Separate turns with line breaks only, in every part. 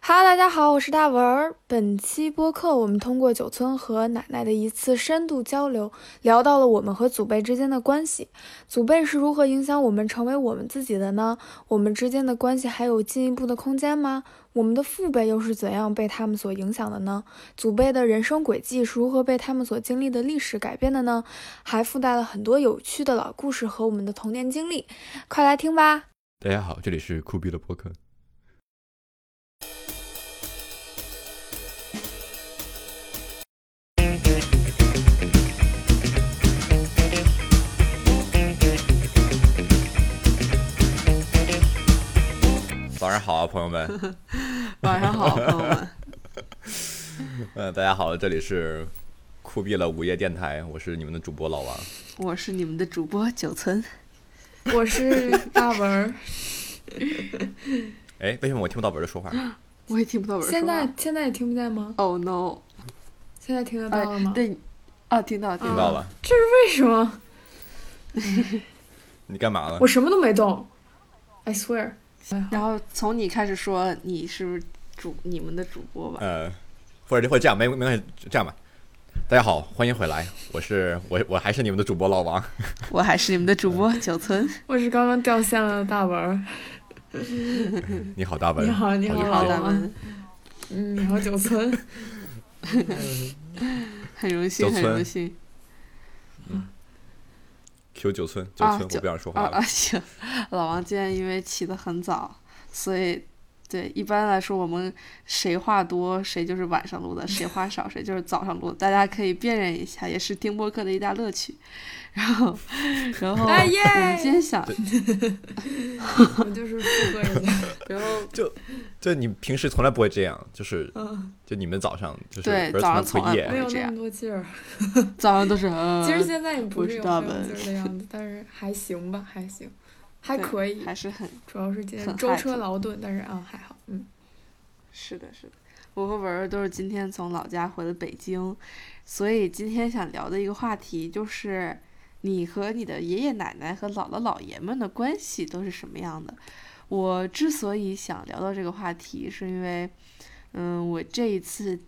哈喽，大家好，我是大文儿。本期播客，我们通过九村和奶奶的一次深度交流，聊到了我们和祖辈之间的关系，祖辈是如何影响我们成为我们自己的呢？我们之间的关系还有进一步的空间吗？我们的父辈又是怎样被他们所影响的呢？祖辈的人生轨迹是如何被他们所经历的历史改变的呢？还附带了很多有趣的老故事和我们的童年经历，快来听吧！
大家好，这里是酷毙的播客。早上好啊，朋友们。
晚上好，呃朋友们。
嗯，大家好，这里是酷毙了午夜电台，我是你们的主播老王。
我是你们的主播九村。
我是大文儿。
哎，为什么我听不到文儿的说话？
我也听不到我 说话。
现在现在也听不见吗？
，Oh no！
现在听得
哎
到了吗？，
对，啊，听到，听
听
到。
到了？
为什么？
你干嘛了
我？什么都没动，I swear。哎
然后从你开始说，你是不是主你们的主播吧？
呃，或者或者这样，没没关系，这样吧。大家好，欢迎回来，我是我我还是你们的主播老王。
我还是你们的主播九村。
我是刚刚掉线了的大文儿。
你好，大文。
你好，你
好
好，
你
久
好，
见
咱们
嗯，你好，九 村。
很荣
九
幸，很
村
荣幸
Q 九村，九
啊
村，我
九
不想说
啊
话了
啊！。行，老王今天因为起得很早，所以对一般来说我们谁话多谁就是晚上录的，谁话少谁就是早上录的，大家可以辨认一下，也是听播客的一大乐趣。然后，然后
哎耶
我们哦今天想
我就是附和人家。 然后，
就你平时从来不会这样，就是
嗯，
就你们早上就是
对
不是
早上
从
从来
夜
不
没
会
有
这
那
样
么多劲儿。
早上都是呃，
其实现在也不
我
是
是
有
大
很有
文
劲儿的 样子，但是还行吧，还行，还
对
可以。
还是很
主要是今天
很
舟
害
车
怕
劳顿，但是啊还好，嗯。
是的，是的，我和文儿都是今天从老家回的北京，所以今天想聊的一个话题就是你和你的爷爷奶奶和姥姥姥爷们的关系都是什么样的。我之所以想聊到这个话题，是因为，嗯，我这一次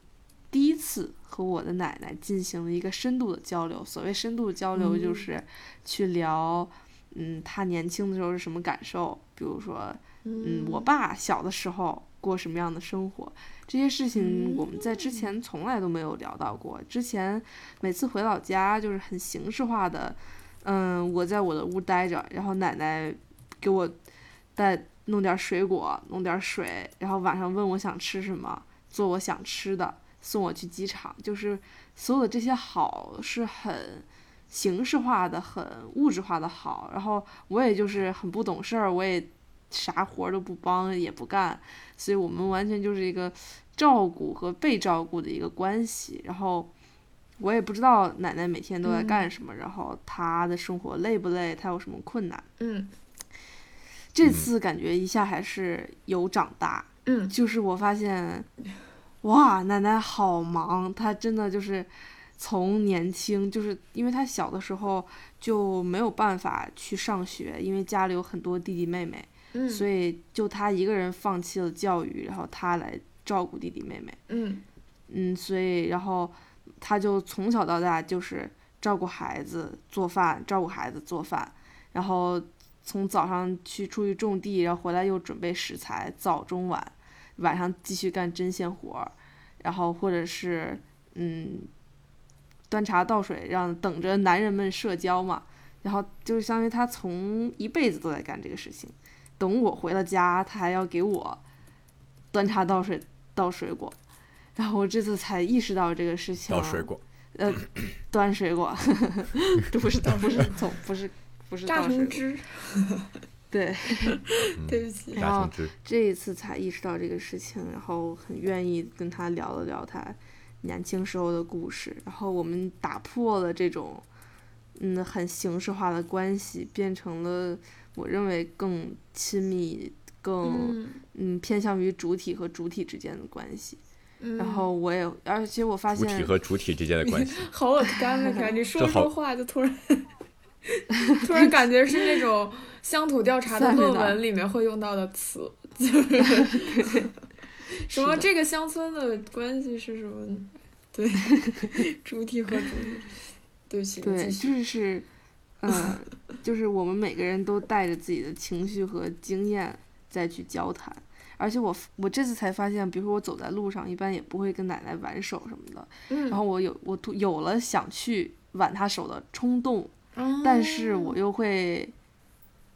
第一次和我的奶奶进行了一个深度的交流。所谓深度交流，就
嗯
是去聊，嗯，她年轻的时候是什么感受，比如说。嗯，我爸小的时候过什么样的生活，这些事情我们在之前从来都没有聊到过。之前每次回老家就是很形式化的，嗯，我在我的屋待着，然后奶奶给我带弄点水果，弄点水，然后晚上问我想吃什么，做我想吃的，送我去机场，就是所有的这些好是很。形式化的很物质化的好，然后我也就是很不懂事儿，我也啥活儿都不帮也不干，所以我们完全就是一个照顾和被照顾的一个关系。然后我也不知道奶奶每天都在干什么，然后她的生活累不累，她有什么困难。
嗯
这次感觉一下还是有长大，
嗯，
就是我发现，哇，奶奶好忙，她真的就是从年轻，就是因为她小的时候就没有办法去上学，因为家里有很多弟弟妹妹，
嗯
所以就她一个人放弃了教育，然后她来照顾弟弟妹妹。
嗯
嗯，所以然后他就从小到大就是照顾孩子做饭，照顾孩子做饭，然后从早上去出去种地，然后回来又准备食材，早中晚，晚上继续干针线活儿，然后或者是嗯端茶倒水，让等着男人们社交嘛。然后就是相当于他从一辈子都在干这个事情，等我回了家，他还要给我端茶倒水倒水果，然后我这次才意识到这个事情。啊
倒水果，
呃，端水果， 这不是 不是从不是不是嗯
榨
倒水
成
果。
汁，
对，
嗯
对不起。
榨成汁。
这一次才意识到这个事情，然后很愿意跟他聊了聊他年轻时候的故事，然后我们打破了这种嗯很形式化的关系，变成了我认为更亲密、更
嗯
嗯偏向于主体和主体之间的关系。
嗯，
然 后我也，而且我发
主体
现
和主体之间的关系，
好恶心
啊
的感觉，你说
这好
说话就突然 突然感觉是那种乡土调查的
下面
论
的
文里面会用到的词，就是
什么这个乡村的关系是什么？ 对，主体和主体。对不起，
对，
继续
就是，呃，就是我们每个人都带着自己的情绪和经验再去交谈。而且我我这次才发现，比如说我走在路上，一般也不会跟奶奶挽手什么的。
嗯
然后我有我突有了想去挽她手的冲动，
哦
但是我又会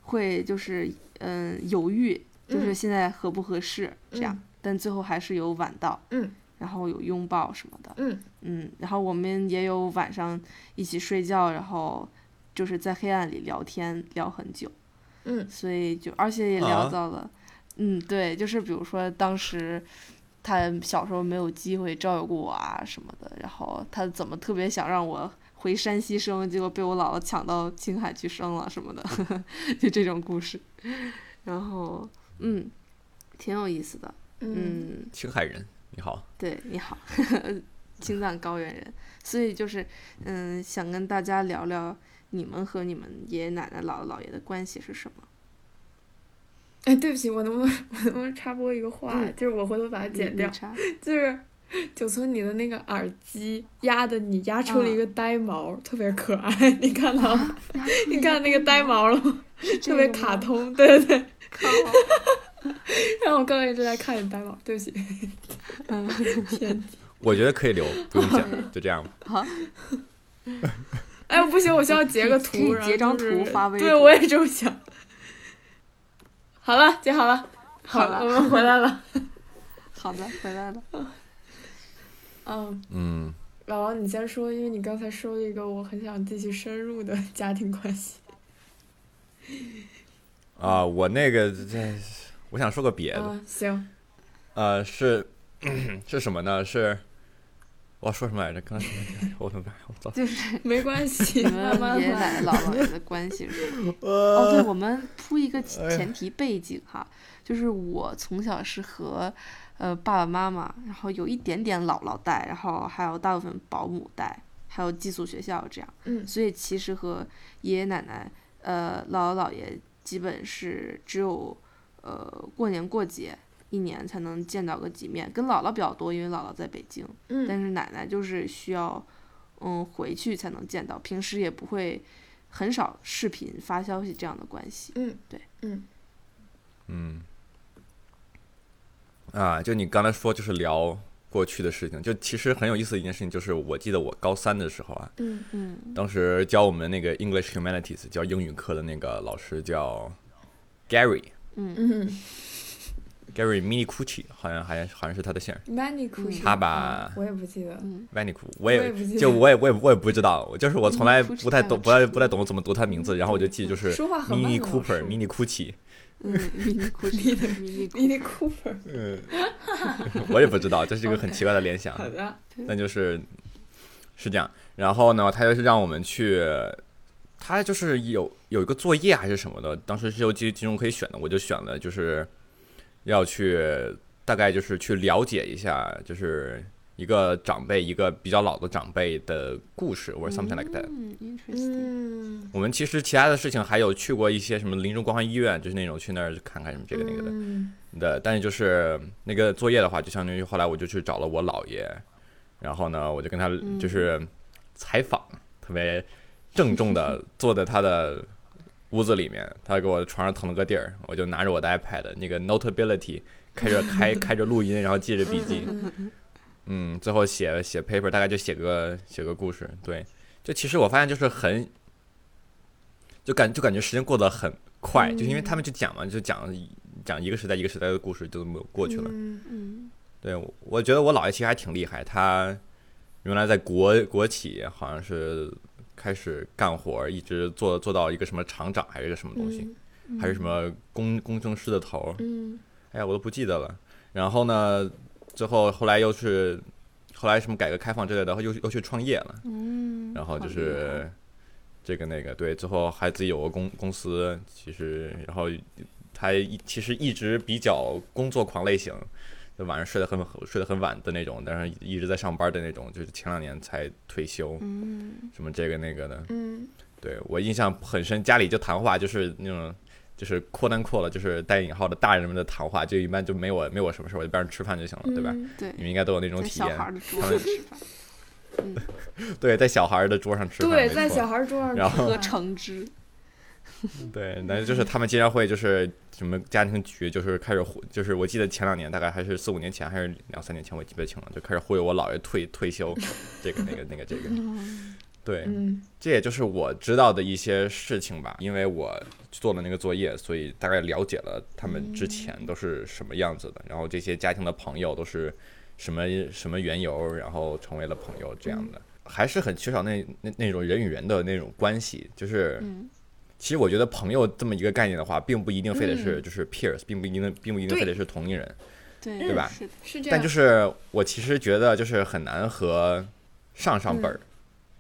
会就是嗯犹豫，就是
嗯
现在合不合适、这样
嗯，
但最后还是有挽到，
嗯，
然后有拥抱什么的，
嗯
嗯，然后我们也有晚上一起睡觉，然后就是在黑暗里聊天聊很久，
嗯
所以就而且也聊
啊
到了，嗯，对，就是比如说当时他小时候没有机会照顾我啊什么的，然后他怎么特别想让我回山西生，结果被我姥姥抢到青海去生了什么的， 就这种故事，然后嗯，挺有意思的，
嗯
嗯
青海人，你好，
对，你好，青藏高原人，所以就是，嗯，想跟大家聊聊你们和你们爷爷奶奶、姥姥姥爷的关系是什么？
哎，对不起，我能不能我能不能插播一个话？
嗯
就是我回头把它剪
你
掉
你。 插
就是九村你的那个耳机压的你压出了
嗯
一个呆毛，特别可爱， 你看到吗？
啊
你看那个呆毛了吗？特别卡，通，对对对。
靠
然后我刚刚一直在看你呆毛，对不起，
嗯
偏激。
我觉得可以留，不用 讲，就这样吧。
哎，不行，我需要截个
可以
图，
可以
然后
截张
就是
图发微博
对，我也这么想。好了，截好了，
好了
我们回来 了。
好的，回来了。
嗯，
嗯，
老王，你先说，因为你刚才说了一个我很想继续深入的家庭关系。
啊、我那个这，我想说个别的，
嗯
啊，行，
呃，是 是什么呢？是我要说什么来着？刚才说什么来着我怎么办？我操！
就是
没关系，
你们
慢慢
爷爷
来。
奶
呃
奶、姥姥姥爷的关系是什么？ 哦，对，我们铺一个前
哎呀
前提背景哈，就是我从小是和呃爸爸妈妈，然后有一点点姥姥带，然后还有大部分保姆带，还有寄宿学校这样。
嗯
所以其实和爷爷奶奶、呃姥姥姥爷基本是只有呃过年过节一年才能见到个几面，跟姥姥比较多，因为姥姥在北京，
嗯
但是奶奶就是需要嗯回去才能见到，平时也不会很少视频发消息这样的关系。
嗯，
对，
嗯
嗯，啊，就你刚才说，就是聊过去的事情，就其实很有意思的一件事情，就是我记得我高三的时候啊，
嗯
嗯
当时教我们那个 English Humanities 教英语课的那个老师叫 Gary
嗯
嗯
Gary Mini Cucci，好像还好像是他的姓儿，
，Many c u s
他把
啊我也不记得。
嗯，
v a n i c u 我
我也
也
不记得
就我也我也我也不知道，我就是我从来
Mini Cucci
不太懂，不太不
太
太懂怎么读他名字，然后我就记就是
说话很慢
Mini
的老师
Cooper Mini Cucci，
嗯，迷 你故事，迷你故
m
事
i n i Cooper。
嗯，我也不知道，这是一个很奇怪的联 想。
好的，
那就是是这样。然后呢，他就是让我们去，他就是有有一个作业还是什么的，当时是有几几种可以选的，我就选了，就是要去大概就是去了解一下，就是一个长辈，一个比较老的长辈的故事，或者 something like that。
嗯，interesting，
嗯，
我们其实其他的事情还有去过一些什么临终关怀医院，就是那种去那儿看看什么这个那个的。
嗯
的，但是就是那个作业的话，就相当于后来我就去找了我姥爷，然后呢，我就跟他就是采访，特别郑重的坐在他的屋子里面，他给我床上腾了个地儿，我就拿着我的 iPad 那个 Notability 开着开开着录音，然后记着笔记，嗯，最后写写 paper，大概就写个写个故事，对，就其实我发现就是很，就感就感觉时间过得很快，就是因为他们就讲嘛，就讲讲一个时代一个时代的故事就这么过去了。
嗯
嗯
对，我我觉得我姥爷其实还挺厉害，他原来在国国企好像是开始干活，一直做做到一个什么厂长还是一个什么东西，还是什么工工程师的头儿，
嗯
哎呀，我都不记得了。然后呢，最后后来又是后来什么改革开放之类的，又又去创业了。
嗯，
然后
好
就
厉
是这个那个，对，之后还自己有个公公司，其实然后他一其实一直比较工作狂类型，就晚上睡得很睡得很晚的那种，但是一直在上班的那种，就是前两年才退休，
嗯
什么这个那个的。
嗯
对我印象很深，家里就谈话就是那种。就是扩单扩了，就是带引号的大人们的谈话，就一般就没我没我什么事，我就边上吃饭就行了，对吧？
嗯
对，
你们应该都有那种
嗯在
体
小孩
验，
儿的桌上吃饭，
对，在小孩儿的桌上吃饭，
对，
没
在
错
小孩桌上
然
吃
后
喝
饭
橙汁，
对，
嗯
那就是他们经常会就是什么家庭局，就是开始忽，就是我记得前两年大概还是四五年前，还是两三年前，我记不太清了，就开始忽悠我姥爷退 退休，这个那个那个这个， 对，
嗯，
这也就是我知道的一些事情吧，因为我做了那个作业，所以大概了解了他们
嗯
之前都是什么样子的，然后这些家庭的朋友都是什么什么缘由，然后成为了朋友这
嗯
样的，还是很缺少那那那种人与人的那种关系，就是。
嗯，
其实我觉得朋友这么一个概念的话，并不一定非得是就是 peers，、并不一定并不一定
对
非得是同龄人，
对，
对吧
是的，
是
啊
这样。
但就是我其实觉得就是很难和上上辈儿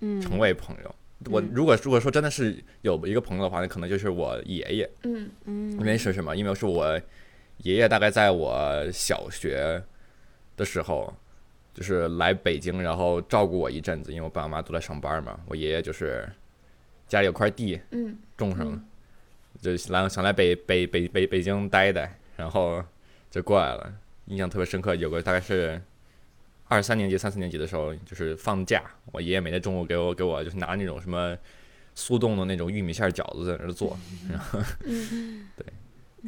嗯，
成为朋友。我
嗯
如果如果说真的是有一个朋友的话，那可能就是我爷爷，
嗯，
嗯，
因为是什么？因为是我爷爷大概在我小学的时候，就是来北京，然后照顾我一阵子，因为我爸妈都在上班嘛。我爷爷就是家里有块地，
嗯，
种上了，就来想来北北北北北京待一待，然后就过来了。印象特别深刻，有个大概是二三年级、三四年级的时候，就是放假，我爷爷每天中午给我给我就是拿那种什么速冻的那种玉米馅儿饺子在那儿做，然后 对，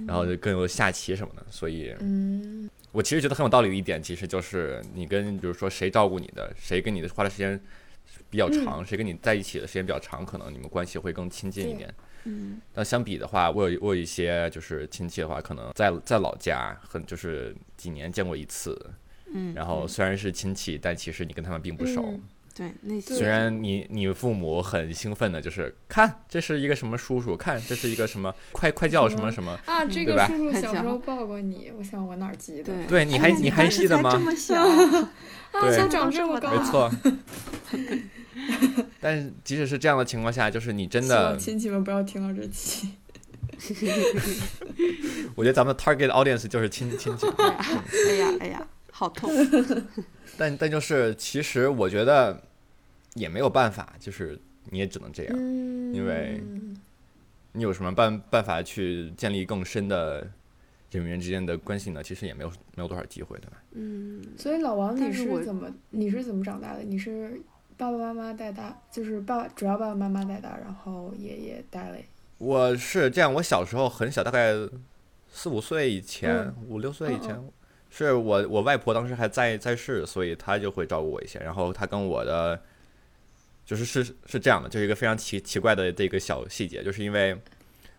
然后就更有下棋什么的。所以，
嗯，
我其实觉得很有道理的一点，其实就是你跟比如说谁照顾你的，谁跟你的花的时间比较长，谁跟你在一起的时间比较长，可能你们关系会更亲近一
对
点。
嗯
但相比的话，我有我有一些就是亲戚的话，可能在在老家很就是几年见过一次，
嗯，
然后虽然是亲戚，但其实你跟他们并不熟。
嗯
对那些
虽然你你父母很兴奋的，就是看这是一个什么叔叔，看这是一个什么，快快叫什么什么，
啊，这
嗯对
个
吧
叔叔小
太
时
巧
候
了
抱过你，我想我哪儿记得？
对
对你还
哎呀
你
你
还
当时
记得
才
吗
这么小，哎
啊，
对
像长这么高，啊
没 错。但是即使是这样的情况下，就是你真
希
的
望，亲戚们不要听到这期。
我觉得咱们 target audience 就是亲亲戚，
哎呀哎呀，好 痛，
但但就是其实我觉得也没有办法，就是你也只能这样。
嗯，
因为你有什么办办法去建立更深的人与人之间的关系呢？其实也没有没有多少机会，对吧？
嗯，
所以老王，你
但是我
是怎么你是怎么长大的？你是爸爸妈妈带大，就是爸主要爸爸妈妈带大，然后爷爷带了。
我是这样，我小时候很小，大概四五岁以前，
嗯
五六岁以前，是我我外婆当时还在在世，所以她就会照顾我一些。然后她跟我的就是是是这样的，这是一个非常奇奇怪的这个小细节，就是因为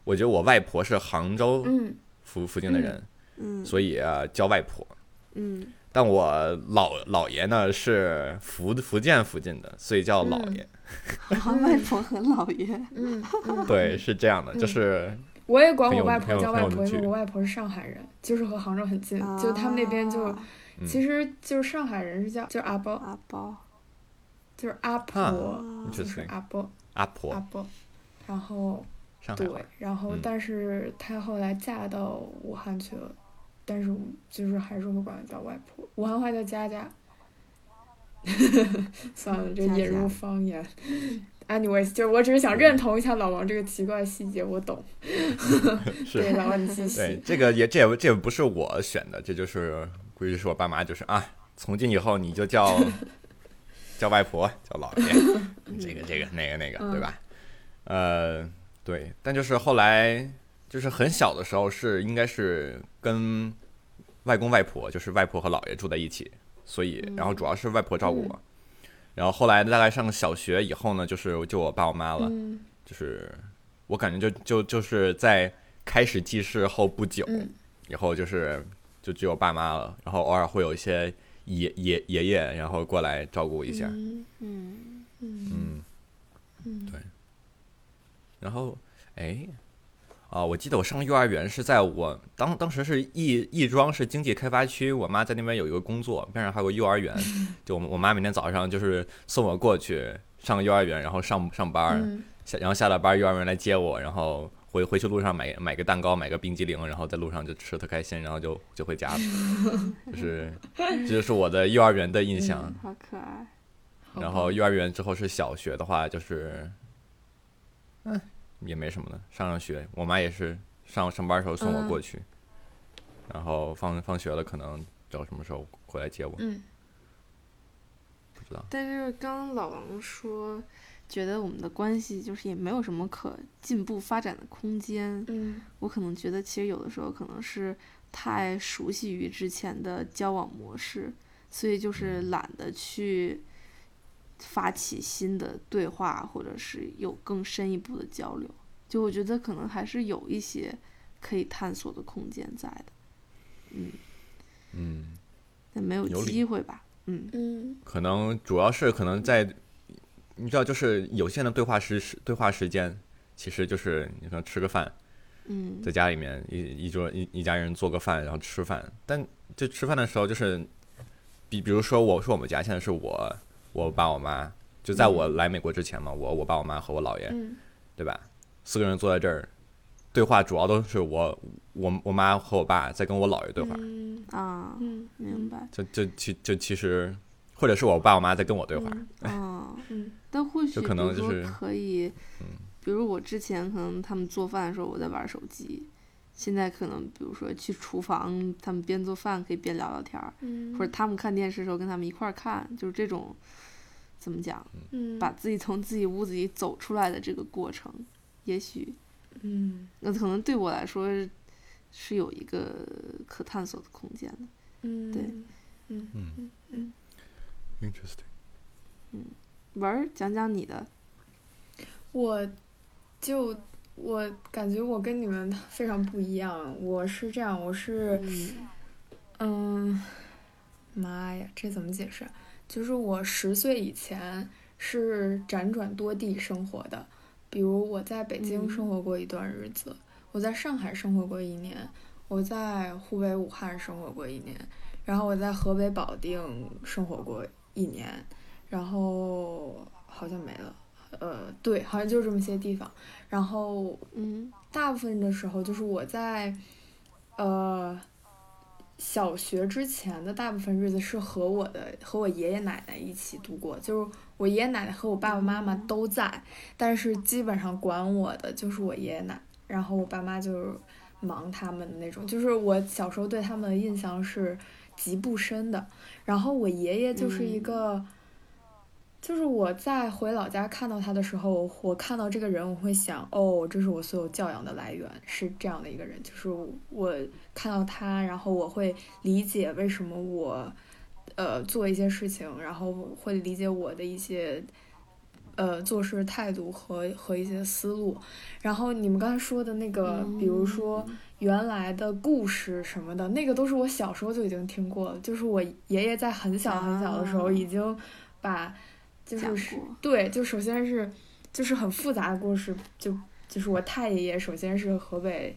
我觉得我外婆是杭州
嗯
附附近的人，
嗯
所以、啊、叫外婆。
嗯
但我姥姥爷呢是福福建附近的，所以叫姥爷。
好外婆和姥 爷，
嗯，嗯
对，，是这样的，就是
我也管
很
我
有
外
很
婆
有
叫
很
外
有
婆，因
趣
为我外婆是上海人，就是和杭州很近，嗯就他们那边就
啊
嗯
其实就是上海人是叫就是阿伯，
阿包，
就是阿婆，
啊
就是阿伯
阿
阿
婆，
伯，然后
上海
对
话。，
然后
嗯
但是她后来嫁到武汉去了，但是就是还是会管她叫外婆，武汉话叫佳佳。 算了，这
佳
引
佳
入方言。Anyways，就是我只是想认同一下老王这个奇怪细节，我懂。
是
对，老王你继
对
续。，
这个也这也这也不是我选的，这就是估计是我爸妈就是啊，从今以后你就叫叫外婆，叫姥爷， 这个这个那个那个，对吧？呃，对，但就是后来就是很小的时候是应该是跟外公外婆，就是外婆和姥爷住在一起，所以然后主要是外婆照顾我。然后后来大概上小学以后呢，就是就我爸我妈了，
嗯
就是我感觉就就就是在开始记事后不久，
嗯
以后就是就只有爸妈了，然后偶尔会有一些爷爷爷爷，然后过来照顾一下，
嗯
嗯，
嗯
嗯，
嗯
对。然后哎，啊，我记得我上幼儿园是在我当当时是亦亦庄是经济开发区，我妈在那边有一个工作，边上还有个 幼儿园，就我我妈每天早上就是送我过去上幼儿园，然后上上班儿。
嗯
下然后下了班，幼儿园来接我，然后回回去路上买买个蛋糕，买个冰激凌，然后在路上就吃特开心，然后就就 回家了。就是这就是我的幼儿园的印象。
好可
嗯
爱，
好
嗯
吧
然后幼儿园之后是小学的话，就是嗯也没什么的，上上学，我妈也是上上班的时候送我过去，然后放放学了可能找什么时候回来接我，
嗯，
不知道。
但是刚刚老王说，觉得我们的关系就是也没有什么可进步发展的空间。
嗯
我可能觉得，其实有的时候可能是太熟悉于之前的交往模式，所以就是
嗯
懒得去发起新的对话，或者是有更深一步的交流。就我觉得可能还是有一些可以探索的空间在的，嗯，
嗯，
但没有
有理
机会吧，嗯，
嗯
可能主要是可能在，你知道，就是有限的对话时时对话时间，其实就是你说吃个饭，
嗯
在家里面一一桌一一家人做个饭，然后吃饭。但就吃饭的时候，就是比比如说我说我们家现在是我我爸我妈，就在我来美国之前嘛，我我爸我妈和我姥爷，
嗯
对吧？四个人坐在这儿，对话主要都是我我我妈和我爸在跟我姥爷对话，
嗯
啊，
嗯
明白，
就就其就其实或者是我爸我妈在跟我对话，
啊。
嗯
但或许，
就
比
可能
如
就
说
是嗯
可以，比如我之前可能他们做饭的时候我在玩手机，现在可能比如说去厨房，他们边做饭可以边聊聊天儿，
嗯
或者他们看电视的时候跟他们一块儿看，就是这种怎么讲，
嗯
把自己从自己屋子里走出来的这个过程，也许
嗯，
那可能对我来说是有一个可探索的空间的。
嗯
对
嗯
嗯
嗯
，interesting。
文儿，讲讲你的，
我就我感觉我跟你们非常不一样，我是这样，我是
嗯
嗯，妈呀，这怎么解释啊？就是我十岁以前是辗转多地生活的，比如我在北京
嗯
生活过一段日子，我在上海生活过一年，我在湖北武汉生活过一年，然后我在河北保定生活过一年，然后好像没了，呃，对，好像就这么些地方，然后
嗯
大部分的时候就是我在，呃，小学之前的大部分日子是和我的和我爷爷奶奶一起度过，就是我爷爷奶奶和我爸爸妈妈都在，但是基本上管我的就是我爷爷奶，然后我爸妈就是忙他们的那种，就是我小时候对他们的印象是极不深的。然后我爷爷就是一
嗯
个。就是我在回老家看到他的时候，我看到这个人，我会想，哦，这是我所有教养的来源，是这样的一个人。就是我看到他，然后我会理解为什么我，呃，做一些事情，然后会理解我的一些，呃，做事态度和和一些思路。然后你们刚才说的那个，比如说原来的故事什么的，那个都是我小时候就已经听过了。就是我爷爷在很小很小的时候
啊
已经把，就
讲
是是
过
对，就首先是就是很复杂的故事，就就是我太爷爷首先是河北，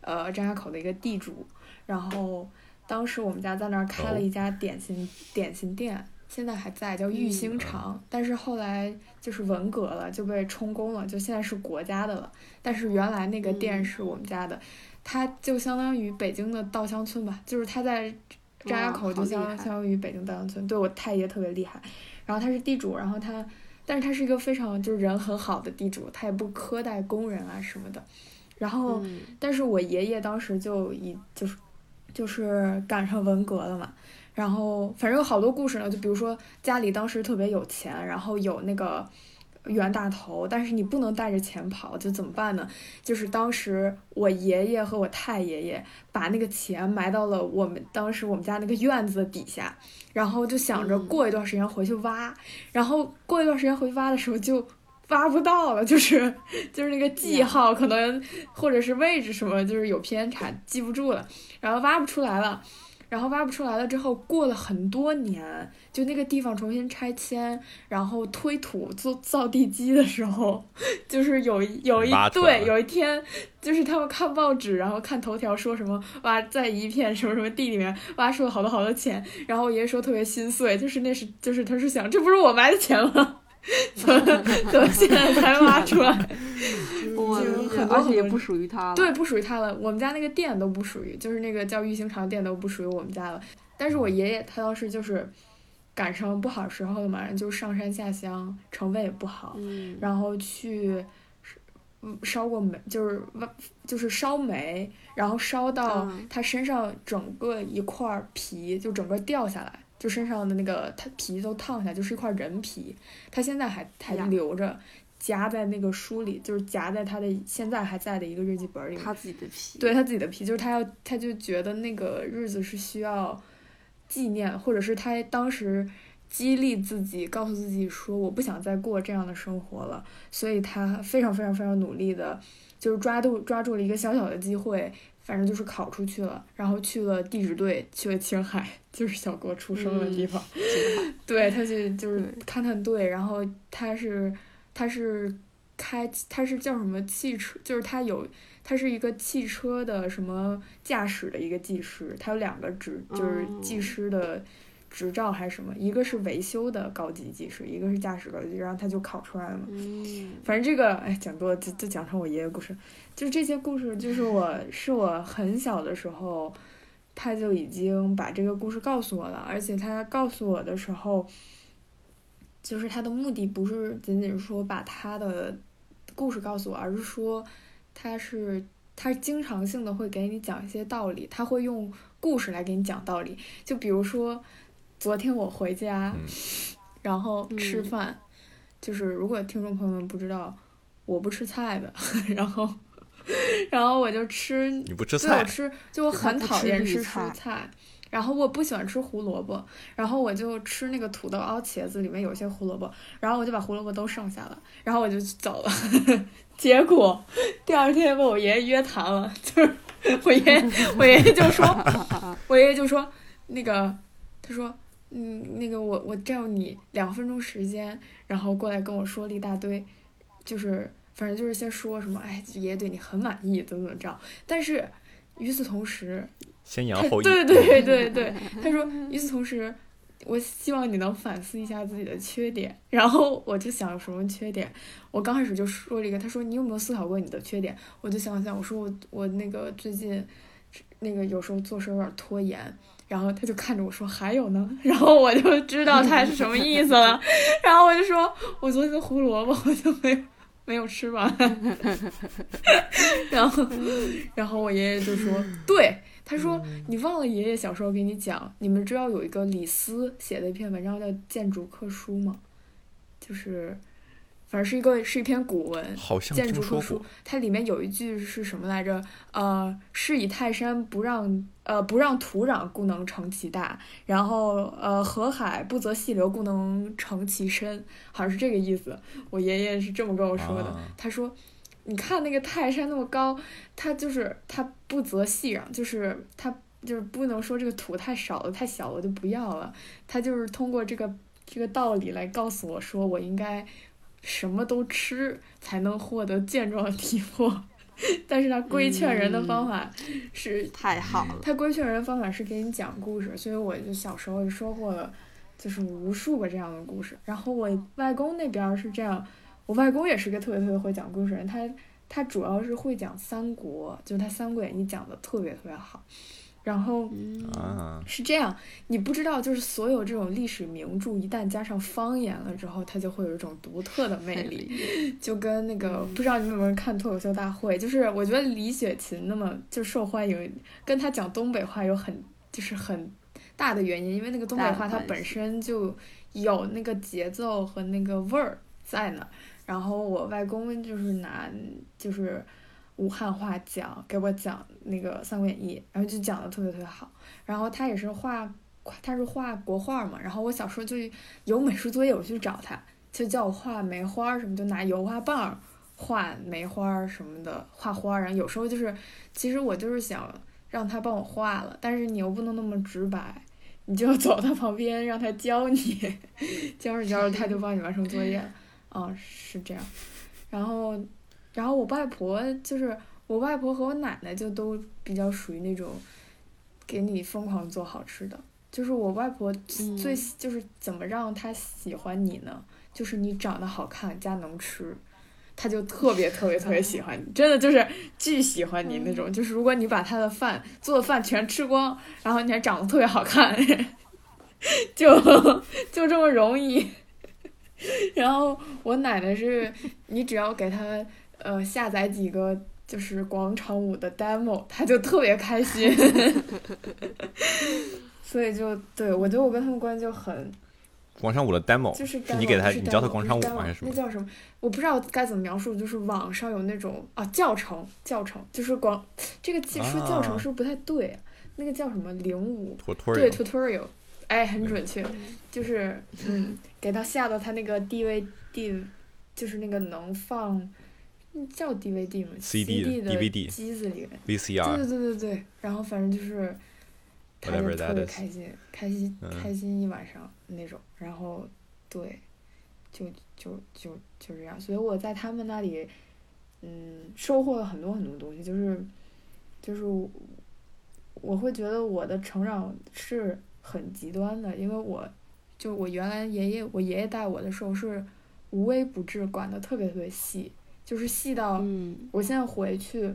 呃张家口的一个地主，然后当时我们家在那儿开了
哦
一家点心、点心店，现在还在叫裕兴堂，但是后来就是文革了，就被充公了，就现在是国家的了。但是原来那个店
嗯
是我们家的，它就相当于北京的稻香村吧，就是它在张家
哇
口
好
就
厉
相
害
相当于北京稻香村。对我太爷特别厉害，然后他是地主，然后他，但是他是一个非常就是人很好的地主，他也不苛待工人啊什么的。然后，
嗯
但是我爷爷当时就已就是就是赶上文革了嘛，然后反正有好多故事呢，就比如说家里当时特别有钱，然后有那个冤大头，但是你不能带着钱跑，就怎么办呢？就是当时我爷爷和我太爷爷把那个钱埋到了我们当时我们家那个院子底下，然后就想着
嗯
过一段时间回去挖，然后过一段时间回去挖的时候就。挖不到了， 就是就是那个记
呀
号，可能或者是位置什么，就是有偏差，记不住了，然后挖不出来了，然后挖不出来了之后，过了很多年，就那个地方重新拆迁，然后推土做造地基的时候， 就是有一有一
挖出来
对
了
有一天，就是他们看报纸，然后看头条说什么哇，在一片什么什么地里面挖出了好多好多钱，然后我爷爷说特别心碎，就是那是就是他是想这不是我埋的钱吗？怎么
嗯
怎么现在才挖出来？
我
就
的
很
天
多
而
很
且也
多
不属于他了。
对，不属于他了。我们家那个店都不属于，就是那个叫裕兴堂店都不属于我们家了。但是我爷爷他当时就是赶上不好时候了嘛，然后就上山下乡，成绩也不好，
嗯，
然后去嗯烧过煤，就是挖就是烧煤，然后烧到
嗯
他身上整个一块儿皮就整个掉下来，就身上的那个他皮都烫下来，就是一块人皮，他现在还还
呀
留着，夹在那个书里，就是夹在他的现在还在的一个日记本里面。
他自己的皮，
对他自己的皮，就是他要，他就觉得那个日子是需要纪念，或者是他当时激励自己，告诉自己说我不想再过这样的生活了，所以他非常非常非常努力的，就是抓住抓住了一个小小的机会，反正就是考出去了，然后去了地质队，去了青海， 就是小郭出生的地
嗯
方，
挺好
对，他去就是
对
勘探队，然后他是他是开他是叫什么汽车，就是他有他是一个汽车的什么驾驶的一个技师，他有两个执就是技
哦
师的执照还是什么，一个是维修的高级技师，一个是驾驶高级技师，然后他就考出来了嘛。
嗯，
反正这个，哎，讲多了，就就讲成我爷爷故事，就是这些故事，就是我是我很小的时候，他就已经把这个故事告诉我了，而且他告诉我的时候，就是他的目的不是仅仅说把他的故事告诉我，而是说他是他经常性的会给你讲一些道理，他会用故事来给你讲道理，就比如说昨天我回家，
嗯
然后吃
嗯
饭。就是如果听众朋友们不知道，我不吃菜的， 然后，然后我就吃，
你不吃
对我
菜，
吃，就我
对他
很
不
讨
吃
厌
绿
吃
菜
蔬菜，然后我不喜欢吃胡萝卜，然后我就吃那个土豆熬茄子，里面有一些胡萝卜，然后我就把胡萝卜都剩下了，然后我就走了， 结果第二天被我爷爷约谈了，就是 我爷爷我爷爷就 说，我爷爷就说那个，他说，嗯，那个我我占用你两分钟时间，然后过来跟我说了一大堆，就是反正就是先说什么，哎，爷爷对你很满意，怎么怎么着，但是与此同时，
先扬
他
后抑。
对对对对，他说与此同时。我希望你能反思一下自己的缺点，然后我就想有什么缺点。我刚开始就说了一个，他说你有没有思考过你的缺点？我就想了想，我说我我那个最近那个有时候做事有点拖延，然后他就看着我说还有呢， 然后我就知道他是什么意思了，然后我就说我昨天的胡萝卜我就没有没有吃完，然后然后我爷爷就说对，他说你忘了爷爷小时候给你讲，你们知道有一个李斯写的一篇文章叫《建筑课书》吗？就是反正是一个是一篇古文，
好像
建
听
筑
说
课书
过，，
它里面有一句是什么来着？呃，是以泰山不让呃不让土壤，故能成其大；然后呃河海不择细流，故能成其深，好像是这个意思。我爷爷是这么跟我说的，
啊
他说。你看那个泰山那么高，它就是它不择细壤，就是它就是不能说这个土太少了太小我就不要了，它就是通过这个这个道理来告诉我说我应该什么都吃才能获得健壮的体魄， 但是它规劝人的方法是
太好了，
他规劝人的方法是给你讲故事，所以我就小时候就收获了，就是无数个这样的故事。然后我外公那边儿是这样，我外公也是个特别特别会讲故事的人，他他主要是会讲三国，就是他《三国演义》讲的特别特别好。然后
嗯，
啊，
是这样，你不知道，就是所有这种历史名著，一旦加上方言了之后，它就会有一种独特的魅
太
力。
厉
就跟那个
嗯
不知道你们有没有看脱口秀大会，就是我觉得李雪琴那么就受欢迎，跟她讲东北话有很就是很大的原因，因为那个东北
大的
话它
关
本
系
身就有那个节奏和那个味儿在那儿。然后我外公就是拿就是武汉话讲给我讲那个《三国演义》，然后就讲的特别特别好。然后他也是画，他是画国画嘛。然后我小时候就有美术作业，我去找他，就叫我画梅花儿什么，就拿油画棒儿画梅花儿什么的，画花儿。然后有时候就是，其实我就是想让他帮我画了，但是你又不能那么直白，你就 走到旁边让他教你， 教着教着他就帮你完成作业了。啊，是这样。然后，然后我外婆就是我外婆和我奶奶就都比较属于那种给你疯狂做好吃的。就是我外婆
嗯
最喜、就是怎么让她喜欢你呢？就是你长得好看加能吃，她就特别特别特别喜欢你，真的就是巨喜欢你那种。就是如果你把她的饭做的饭全吃光，然后你还长得特别好看， 就就 这么容易。然后我奶奶是，你只要给她呃下载几个就是广场舞的 demo，他就特别开心。 所以就对我觉得我跟他们关系就很
广场舞的 demo，
就是
你给
demo，
他，
不是
你教他
demo，
广
不
场舞
是
吗
demo，
还是什么
那？叫什么？我不知道该怎么描述，就是网上有那种啊教程，教程就是广这个技术教程
啊
是不是不太对、啊？那个叫什么零五？
托托
对
人，
tutorial，哎，很
对
准确，就是嗯，给他下到他那个 DVD，就是那个能放嗯叫 DVD 吗
CD 的
的
DVD
机子里面。对
VCR，
对对对对，然后反正就是，他就
Whatever
特
that
别
is
开心，开心
嗯
开心一晚上那种，然后对，就就就就这样，所以我在他们那里，嗯，收获了很多很多东西，就是就是我会觉得我的成长是很极端的，因为我就我原来爷爷我爷爷带我的时候是无微不至，管的特别特别细，就是细到。
嗯
我现在回去，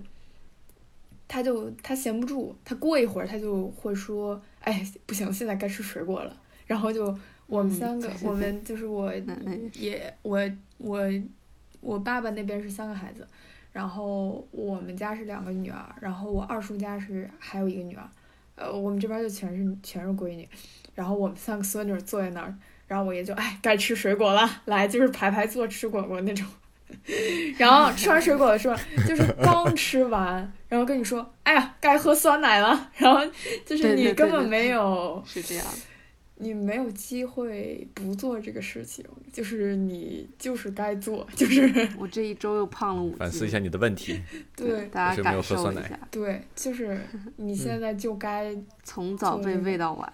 他就他闲不住，他过一会儿他就会说：“哎，不行，现在该吃水果了。”然后就我们
嗯
三个，
对对
我们就是我
奶奶也
也我我我爸爸那边是三个孩子，然后我们家是两个女儿，然后我二叔家是还有一个女儿，呃，我们这边就全是全是闺女，然后我们三个孙女坐在那儿，然后我爷就哎该吃水果了，来就是排排坐吃果果那种， 然后吃完水果的时候就是刚吃完，然后跟你说哎呀该喝酸奶了，然后就是
对
你
对对
根
对
本
对
没有。
是这样的。
你没有机会不做这个事情，就是你就是该做，就是
我这一周又胖了五斤。
反思一下，你的问题。
对
大
为什
家
么没有喝
感受
酸
一
奶
下，
对，就是你现在就该、
从早
做
被
这个
喂到晚。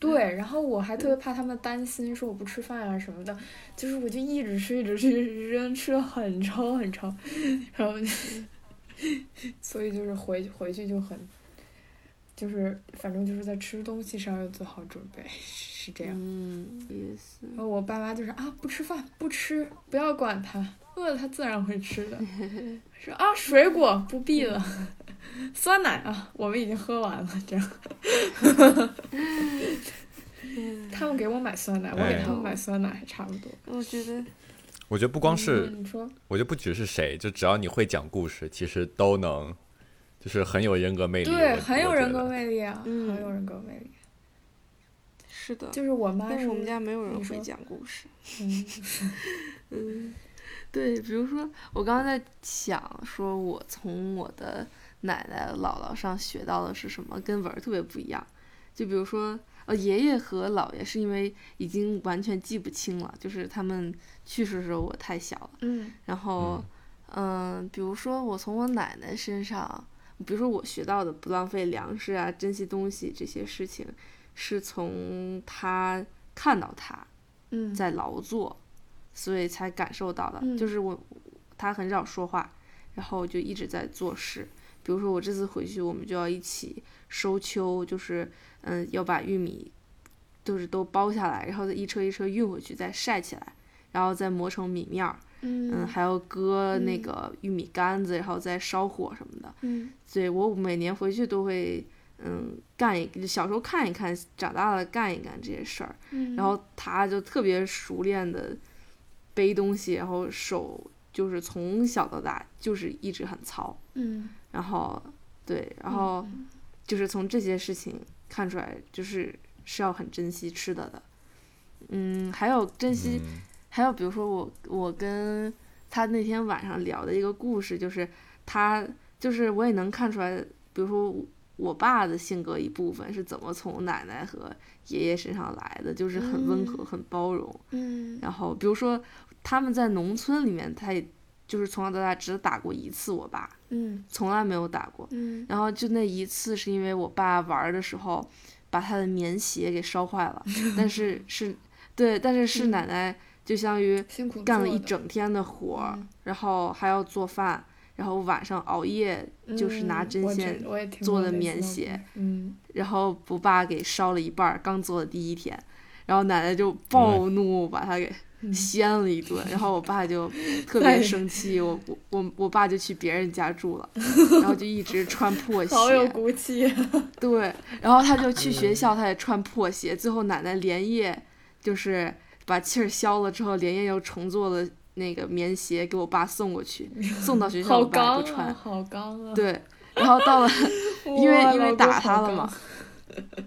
对。然后我还特别怕他们担心说我不吃饭啊什么的，就是我就一直吃，一直吃，一直吃，吃了很撑很撑，然后 所以就是回回去就很，就是反正就是在吃东西上要做好准备，是这样。
嗯，也是。
然后我爸妈就是啊，不吃饭不吃，不要管他，饿了他自然会吃 的。说啊，水果不必了，酸奶啊，我们已经喝完了，这样。他们给我买酸奶，我给
哎
他们买酸奶还差不多。
我觉得
我觉得不光是
嗯你说，
我觉得不只是谁，就只要你会讲故事，其实都能，就是很有人格魅力。
对，
我
很有
我觉
人格
得
魅力啊，
嗯
很有人格魅力。
是的，
就是我妈
但
是
是我们家没有人
你说
会讲故事。
嗯
嗯，对，比如说我刚刚在想，说我从我的奶奶、姥姥上学到的是什么，跟文儿特别不一样。就比如说，呃，爷爷和姥爷是因为已经完全记不清了，就是他们去世的时候我太小了。
嗯
然后，嗯、比如说我从我奶奶身上，比如说我学到的不浪费粮食啊、珍惜东西这些事情，是从她看到她，
嗯，
在劳作，所以才感受到的。
嗯
就是我他很少说话，然后就一直在做事。比如说我这次回去，我们就要一起收秋，就是嗯要把玉米就是都包下来，然后再一车一车运回去，再晒起来，然后再磨成米面儿。嗯，
嗯
还要割那
嗯
个玉米杆子，然后再烧火什么的。
嗯
所以我每年回去都会。嗯，干一就小时候看一看，长大了干一干这些事儿，
嗯，
然后他就特别熟练的背东西，然后手就是从小到大就是一直很糙，
嗯，
然后对，然后
嗯
就是从这些事情看出来，就是是要很珍惜吃的的，嗯，还有珍惜
嗯
还有比如说我我跟他那天晚上聊的一个故事，就是他就是我也能看出来，比如说我爸的性格一部分是怎么从奶奶和爷爷身上来的，就是很温和、
嗯
很包容。
嗯
然后比如说他们在农村里面，他也就是从小到大只打过一次我爸，
嗯
从来没有打过。
嗯
然后就那一次是因为我爸玩儿的时候把他的棉鞋给烧坏了，但是是，对，但是是奶奶就相当于
辛苦
干了
做
一
的
整天的活儿，
嗯
然后还要做饭，然后晚上熬夜，就是拿
嗯
针
我
线
知我也听
做
过
的
类似
棉
故
鞋
事，嗯，
然后我爸给烧了一半儿，刚做的第一天，然后奶奶就暴怒把他给
嗯
掀了一顿，然后我爸 就特
再
别
也
生气，我我我我爸就去别人家住 了，然后就一直穿破鞋，
好有骨气。
对，然后他就去学校，他也穿破鞋。最后奶奶连夜就是把气儿消了之后，连夜又重做了那个棉鞋给我爸送过去，送到学校
好
我爸
刚
也不穿
啊，。好刚啊！
对，然后到了 因为
哇
因为
老
打
公
他
好
了嘛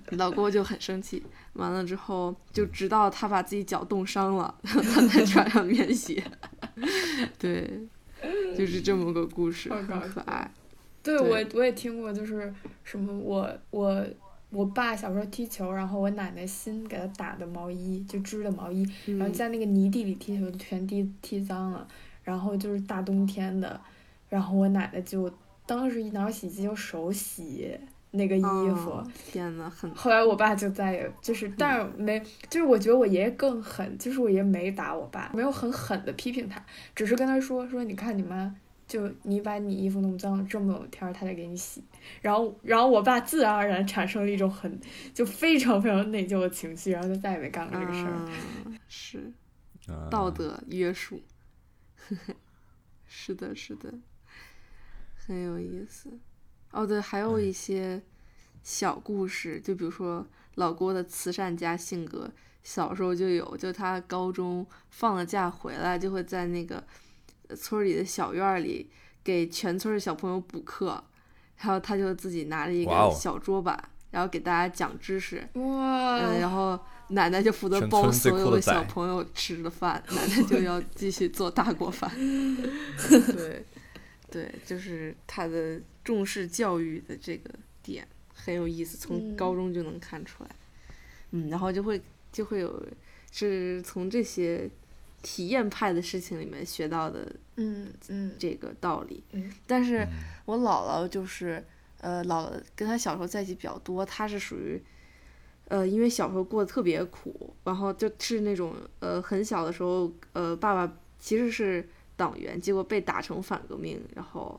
刚，
老郭就很生气。完了之后，就直到他把自己脚冻伤 了，他才穿上棉鞋。 对，就是这么个故事，
好搞
很可
笑
爱。
对
对
我我也听过，就是什么我我我爸小时候踢球，然后我奶奶新给他打的毛衣，就织的毛衣，
嗯
然后在那个泥地里踢球，全地踢脏了，然后就是大冬天的，然后我奶奶就当时一拿到洗衣机就手洗那个衣服。
哦嗯天呐，很
后来我爸就再也就是，但是没，就是我觉得我爷爷更狠，就是我爷没打我爸，没有很狠的批评他，只是跟他说说，你看你妈，就你把你衣服弄脏了，这么冷天儿她得给你洗，然后然后我爸自然而然产生了一种很就非常非常内疚的情绪，然后就再也没干过这个事儿。
啊是
嗯
道德约束。 是的，是的，很有意思。哦，对，还有一些小故
嗯
事，就比如说老郭的慈善家性格，小时候就有，就他高中放了假回来，就会在那个呃村儿里的小院儿里给全村儿的小朋友补课，然后他就自己拿着一
哇
个
哦
小桌板，然后给大家讲知识，
哇，
嗯，然后奶奶就负责
全村
包
最
所
酷
有
的
的小
仔
朋友吃的饭，奶奶就要继续做大锅饭。 对，对，就是他的重视教育的这个点很有意思，从
嗯
高中就能看出来。嗯，然后就会就会有是从这些体验派的事情里面学到的
嗯嗯，
这个道理。
嗯
但是
嗯
我姥姥就是，呃，姥姥跟她小时候在一起比较多，她是属于，呃，因为小时候过得特别苦，然后就是那种，呃，很小的时候，呃，爸爸其实是党员，结果被打成反革命，然后